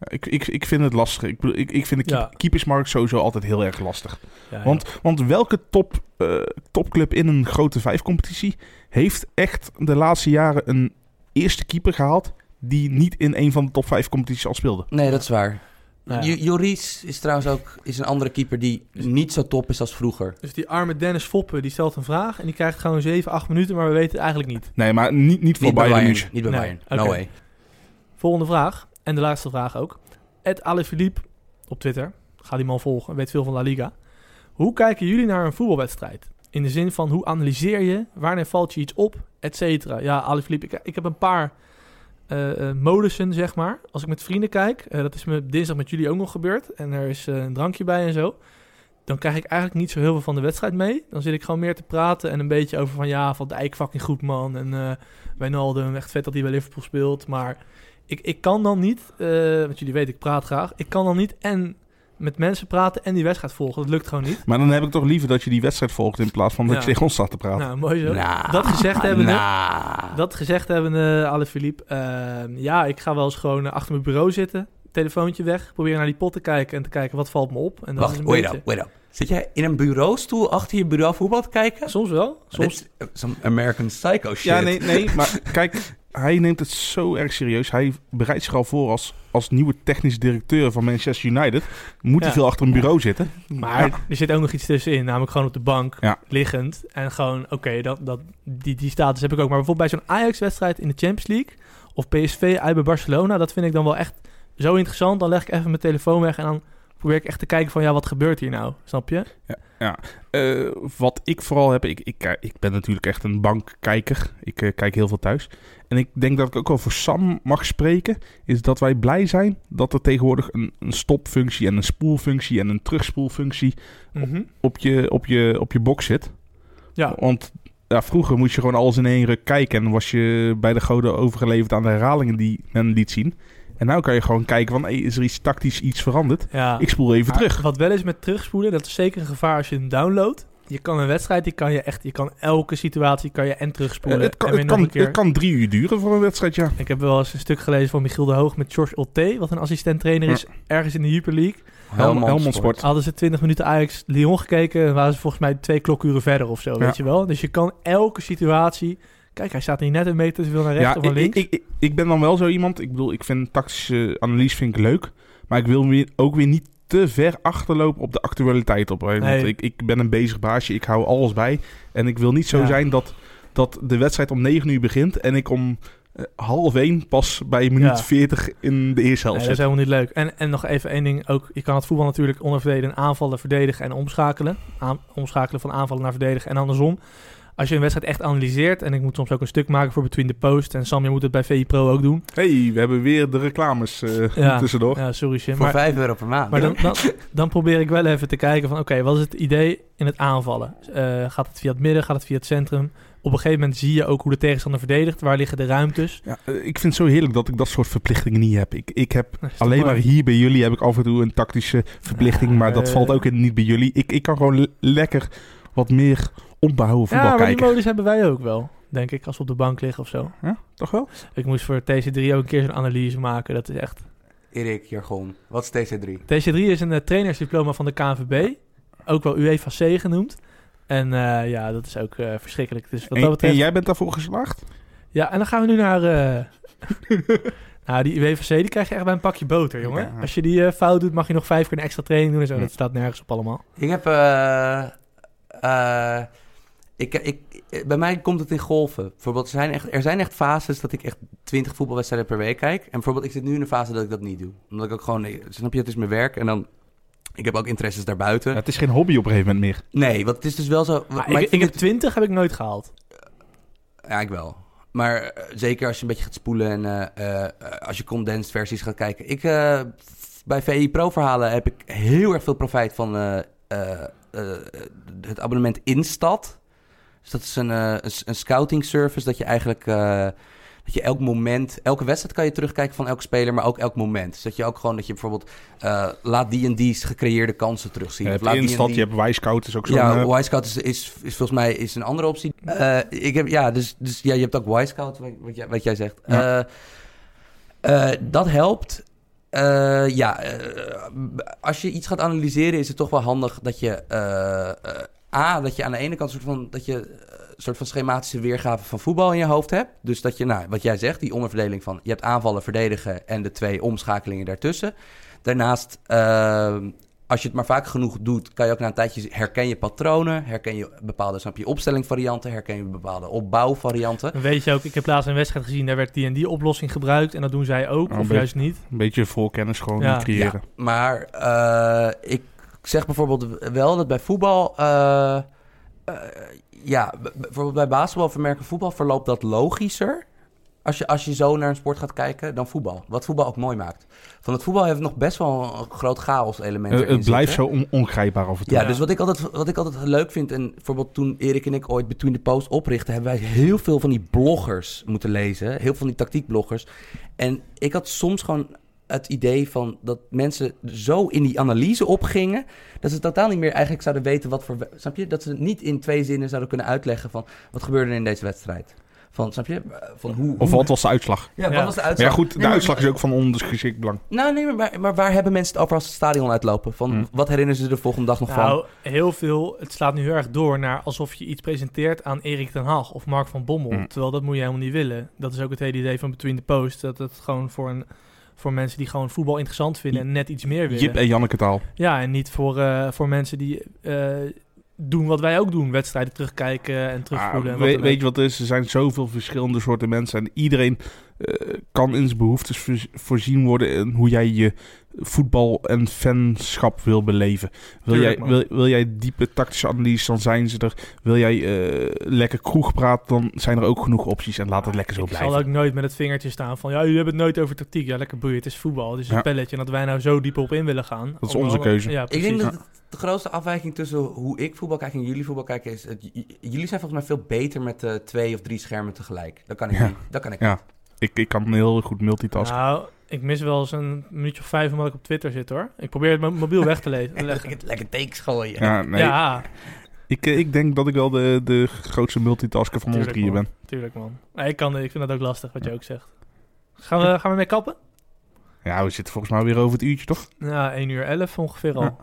Ik, ik, ik vind het lastig. Ik, bedoel, ik, ik vind de keep-
Ja.
keepersmarkt sowieso altijd heel erg lastig.
ja,
Want, want welke top, eh, topclub in een grote vijfcompetitie heeft echt de laatste jaren een eerste keeper gehaald die niet in een van de top vijf competities al speelde?
Nee, dat is waar.
Nou ja.
Jo- Joris is trouwens ook is een andere keeper die niet zo top is als vroeger.
Dus die arme Dennis Foppen, die stelt een vraag en die krijgt gewoon 7, 8 minuten, maar we weten het eigenlijk niet.
Nee, maar niet, niet voor
Niet bij
Bayern
Bayern.
München.
Niet bij
Nee,
Bayern.
oké.
No way.
Volgende vraag, en de laatste vraag ook. Ed Alaphilippe op Twitter, ga die man volgen, weet veel van La Liga. Hoe kijken jullie naar een voetbalwedstrijd? In de zin van, hoe analyseer je, wanneer valt je iets op, et cetera. Ja, Alaphilippe, ik, ik heb een paar eh, eh, modussen, zeg maar. Als ik met vrienden kijk, eh, dat is me dinsdag met jullie ook nog gebeurd. En er is eh, een drankje bij en zo. Dan krijg ik eigenlijk niet zo heel veel van de wedstrijd mee. Dan zit ik gewoon meer te praten en een beetje over van... Ja, Van Dijk fucking goed, man. En eh Wijnaldum, echt vet dat hij bij Liverpool speelt. Maar ik, ik kan dan niet, eh, want jullie weten, ik praat graag. Ik kan dan niet en met mensen praten en die wedstrijd volgen. Dat lukt gewoon niet.
Maar dan heb ik toch liever dat je die wedstrijd volgt in plaats van dat
Ja.
je tegen ons staat te praten.
Nou, mooi zo.
Nah,
Dat gezegd hebbende-
nah.
Dat gezegd hebben, eh Alle Philippe. Ehm, ja, ik ga wel eens gewoon eh, achter mijn bureau zitten. Telefoontje weg. Proberen naar die pot te kijken en te kijken wat valt me op. En dat is
Wacht,
een
wait
beetje.
up, wait up. Zit jij in een bureaustoel achter je bureau voetbal te kijken?
Soms wel. Soms.
Dit is, eh, Some American Psycho shit.
Ja, nee, nee, maar kijk, hij neemt het zo erg serieus. Hij bereidt zich al voor als, als nieuwe technisch directeur van Manchester United. Moet
Ja.
hij veel achter een bureau zitten.
Maar
Ja.
er zit ook nog iets tussenin. Namelijk gewoon op de bank
Ja.
liggend. En gewoon, oké, dat, dat, die, die status heb ik ook. Maar bijvoorbeeld bij zo'n Ajax-wedstrijd in de Champions League. Of PSV uit bij Barcelona. Dat vind ik dan wel echt zo interessant. Dan leg ik even mijn telefoon weg en dan probeer ik echt te kijken van... Ja, wat gebeurt hier nou? Snap je?
Eh, wat ik vooral heb, ik, ik, eh, ik ben natuurlijk echt een bankkijker. Ik eh, kijk heel veel thuis. En ik denk dat ik ook wel voor Sam mag spreken. Is dat wij blij zijn dat er tegenwoordig een, een stopfunctie en een spoelfunctie en een terugspoelfunctie
Mhm.
op je, op je, op je box zit.
Ja.
Want ja, vroeger moest je gewoon alles in één ruk kijken. En was je bij de goden overgeleverd aan de herhalingen die men liet zien. En nou kan je gewoon kijken van, hey, is er iets tactisch iets veranderd?
ja.
Ik spoel even
Maar
terug.
Wat wel is met terugspoelen, dat is zeker een gevaar als je hem downloadt. Je kan een wedstrijd, die kan je echt, je kan elke situatie kan je en
Eh,
terugspoelen.
het, kan,
en weer
het,
nog
kan,
een keer.
het kan drie uur duren voor een wedstrijd, ja.
Ik heb wel eens een stuk gelezen van Michiel de Hoog met George Olte, wat een assistent trainer is, ergens in de Super League.
Helmond Helmond Sport.
Hadden ze 20 minuten Ajax Lyon gekeken en waren ze volgens mij twee klokuren verder of zo,
Ja.
weet je wel. Dus je kan elke situatie. Kijk, hij staat hier net een meter te veel naar rechts of naar
ik-
links.
Ik, ik, ik ben dan wel zo iemand. Ik bedoel, ik vind tactische analyse vind ik leuk. Maar ik wil weer, ook weer niet te ver achterlopen op de actualiteit op. hè. Want
Nee.
ik, ik ben een bezig baasje. Ik hou alles bij. En ik wil niet zo
Ja.
zijn dat, dat de wedstrijd om 9 uur begint. En ik om eh, half 1 pas bij minuut
Ja.
40 in de eerste helft
Nee, dat is
zit.
helemaal niet leuk. En, en nog even één ding ook. Je kan het voetbal natuurlijk onderverdelen, aanvallen, verdedigen en omschakelen. Aan- omschakelen van aanvallen naar verdedigen en andersom. Als je een wedstrijd echt analyseert, en ik moet soms ook een stuk maken voor Between the Post. En Sam, je moet het bij VI Pro ook doen.
hey, we hebben weer de reclames eh,
Ja.
<laughs> tussendoor.
Ja, sorry, Jim.
Voor
Maar,
5 euro per maand.
maar dan, dan, dan probeer ik wel even te kijken van, oké, wat is het idee in het aanvallen? Eh, gaat het via het midden, gaat het via het centrum? op een gegeven moment zie je ook hoe de tegenstander verdedigt. Waar liggen de ruimtes?
Ja, eh, ik vind het zo heerlijk dat ik dat soort verplichtingen niet heb. Ik, ik heb
Nou, is toch
alleen
mooi.
maar hier bij jullie heb ik af en toe een tactische verplichting, maar dat
Eh.
valt ook in, niet bij jullie. Ik, ik kan gewoon le- lekker wat meer onbehouden
Ja,
voetbal
maar die
kijken.
modus hebben wij ook wel. Denk ik, als we op de bank liggen of zo.
Ja, toch wel?
Ik moest voor TC3 ook een keer zo'n analyse maken. Dat is echt...
Erik, jargon. Wat is TC3?
TC3 is een eh, trainersdiploma van de KNVB. Ook wel UEFA C genoemd. En eh, ja, dat is ook eh, verschrikkelijk. Dus wat
En,
dat
en
betreft...
jij bent daarvoor geslaagd?
Ja, en dan gaan we nu naar...
<laughs>
eh, nou, die WVC die krijg je echt bij een pakje boter, jongen.
Ja.
Als je die eh, fout doet, mag je nog vijf keer een extra training doen en zo.
Hm.
Dat staat nergens op allemaal.
Ik heb... eh, eh, ik, ik, eh, bij mij komt het in golven. Bijvoorbeeld, er zijn, echt, er zijn echt fases dat ik echt 20 voetbalwedstrijden per week kijk. En bijvoorbeeld, ik zit nu in een fase dat ik dat niet doe. Omdat ik ook gewoon... eh, Snap je, het is mijn werk. En dan... Ik heb ook interesses daarbuiten.
Ja, het is geen hobby op een gegeven moment meer.
Nee, want het is dus wel zo...
Maar ik,
maar
ik
vind
heb
het-
20 heb ik nooit gehaald.
Ja, ik wel. Maar eh, zeker als je een beetje gaat spoelen en eh, eh, als je condensed versies gaat kijken. Ik, eh, f- bij VI Pro verhalen heb ik heel erg veel profijt van eh, eh, eh, het abonnement Instad. Dus dat is een, eh, een, s- een scouting service dat je eigenlijk... eh, dat je elk moment, elke wedstrijd kan je terugkijken van elke speler, maar ook elk moment. Dus dat je ook gewoon, dat je bijvoorbeeld, eh, laat die en die's gecreëerde kansen terugzien.
Je
Of
hebt
laat die en
Instant,
die-
je hebt Wisecout, is ook zo'n...
ja,
eh,
Wisecout is, is, is volgens mij is een andere optie. Eh, ik heb, ja, dus, dus ja, je hebt ook Wisecout, wat, wat, jij- wat jij zegt.
Ja.
Eh, eh, dat helpt. Eh, ja, eh, als je iets gaat analyseren is het toch wel handig dat je... eh, eh, A, dat je aan de ene kant soort van, dat je, eh, soort van schematische weergave van voetbal in je hoofd hebt. Dus dat je, nou, wat jij zegt, die onderverdeling van... je hebt aanvallen, verdedigen en de twee omschakelingen daartussen. Daarnaast... ehm, als je het maar vaak genoeg doet, kan je ook na een tijdje herken je patronen, herken je bepaalde snap je, opstellingvarianten, herken je bepaalde opbouwvarianten.
Dan weet je ook, ik heb laatst een wedstrijd gezien, daar werd die en die oplossing gebruikt. En dat doen zij ook,
Oh,
of
een
juist niet.
Een beetje voorkennis gewoon
Ja.
creëren.
Maar eh, ik zeg bijvoorbeeld wel dat bij voetbal, eh, eh, ja, b- bijvoorbeeld bij basketbal vermerken voetbal verloopt dat logischer. Als je, als je zo naar een sport gaat kijken, dan voetbal. Wat voetbal ook mooi maakt. Van het voetbal heeft nog best wel een groot chaos element.
Eh,
erin
het blijft
zitten.
zo on- ongrijpbaar af en toe.
Ja,
Ja.
dus wat ik, altijd, wat ik altijd leuk vind, en bijvoorbeeld toen Erik en ik ooit Between the Post oprichten, hebben wij heel veel van die bloggers moeten lezen. Heel veel van die tactiekbloggers. En ik had soms gewoon het idee van dat mensen zo in die analyse opgingen, dat ze totaal niet meer eigenlijk zouden weten wat voor... we- Snap je? Dat ze het niet in twee zinnen zouden kunnen uitleggen van, wat gebeurde er in deze wedstrijd? Van, snap je? Van hoe...
Of
hoe-
wat was de uitslag?
Ja, wat
Ja.
was de
Maar
uitslag?
ja, goed, de
Nee, maar-
uitslag is ook van ondergeschikt belang.
Nou, nee, maar, maar waar hebben mensen het over als ze het stadion uitlopen? Van,
Hm.
wat herinneren ze de volgende dag nog van?
Nou, heel veel, het slaat nu heel erg door naar alsof je iets presenteert aan Erik ten Hag of Mark van Bommel.
Mm.
Terwijl dat moet je helemaal niet willen. Dat is ook het hele idee van Between the Post. Dat het gewoon voor, een, voor mensen die gewoon voetbal interessant vinden en net iets meer willen.
Jip en Janneke taal.
Ja, en niet voor, eh, voor mensen die eh, doen wat wij ook doen. Wedstrijden terugkijken en
Ah,
terugvoelen. en wat
weet,
dan
weet
ook.
je wat het is? Er zijn zoveel verschillende soorten mensen. En iedereen eh, kan in zijn behoeftes voorz- voorzien worden in hoe jij je voetbal en fanschap wil beleven. Wil,
Tuurlijk,
jij,
man.
wil, wil jij diepe tactische analyses, dan zijn ze er. Wil jij eh, lekker kroegpraat, dan zijn er ook genoeg opties. En laat het lekker zo
Ah, Ik
blijven.
zal ook nooit met het vingertje staan van... ja, jullie hebben het nooit over tactiek. Ja, lekker boeien. Het is voetbal. Het is een
Ja.
pelletje. En dat wij nou zo diep op in willen gaan.
Dat is
Om-
onze keuze.
Ja,
Ik
precies.
denk dat het- de grootste afwijking tussen hoe ik voetbal kijk en jullie voetbal kijken is... Het, j- j- jullie zijn volgens mij veel beter met eh, twee of drie schermen tegelijk. Dat kan ik
Ja.
niet. Dat kan ik
Ja.
niet.
Ik, ik kan heel goed multitasken.
Nou, ik mis wel eens een minuutje of vijf omdat ik op Twitter zit hoor. Ik probeer het mijn mobiel weg te
<laughs>
le- leggen.
Lekker, lekker takes gooien.
Ja, nee.
Ja,
Ik, eh, ik denk dat ik wel de, de grootste multitasker van ons
Tuurlijk,
drieën
man.
ben.
tuurlijk man. Maar ik, kan, ik vind dat ook lastig wat je ook zegt. Gaan we, gaan we mee kappen?
Ja, we zitten volgens mij weer over het uurtje, toch?
Ja, 1 uur 11 ongeveer al.
Ja.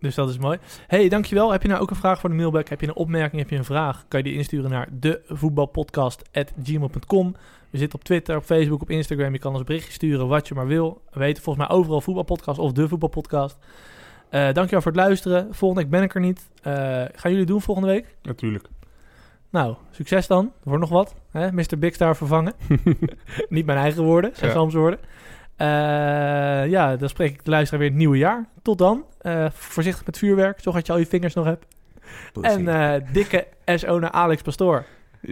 Dus dat is mooi. hey, dankjewel. Heb je nou ook een vraag voor de mailback? Heb je een opmerking? Heb je een vraag? Kan je die insturen naar devoetbalpodcast.gmail.com. We zitten op Twitter, op Facebook, op Instagram. Je kan ons berichtje sturen, wat je maar wil. We weten volgens mij overal voetbalpodcast of de voetbalpodcast. Eh dankjewel voor het luisteren. Volgende week ben ik er niet. Eh, gaan jullie doen volgende week?
Natuurlijk.
Nou, succes dan. Er wordt nog wat. Hè? Mr. Big Star vervangen. niet mijn eigen woorden, zijn
Ja.
Sam's woorden. Eh, ja, dan spreek ik de luisteraar weer in het nieuwe jaar. Tot dan. Eh, voorzichtig met vuurwerk, zodat je al je vingers nog hebt.
Pussy.
En eh, dikke SO naar Alex Pastoor.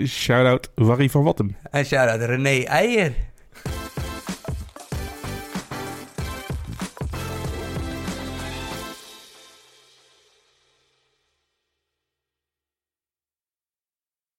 Shout-out Warrie van Wattem.
en shout-out René Eier.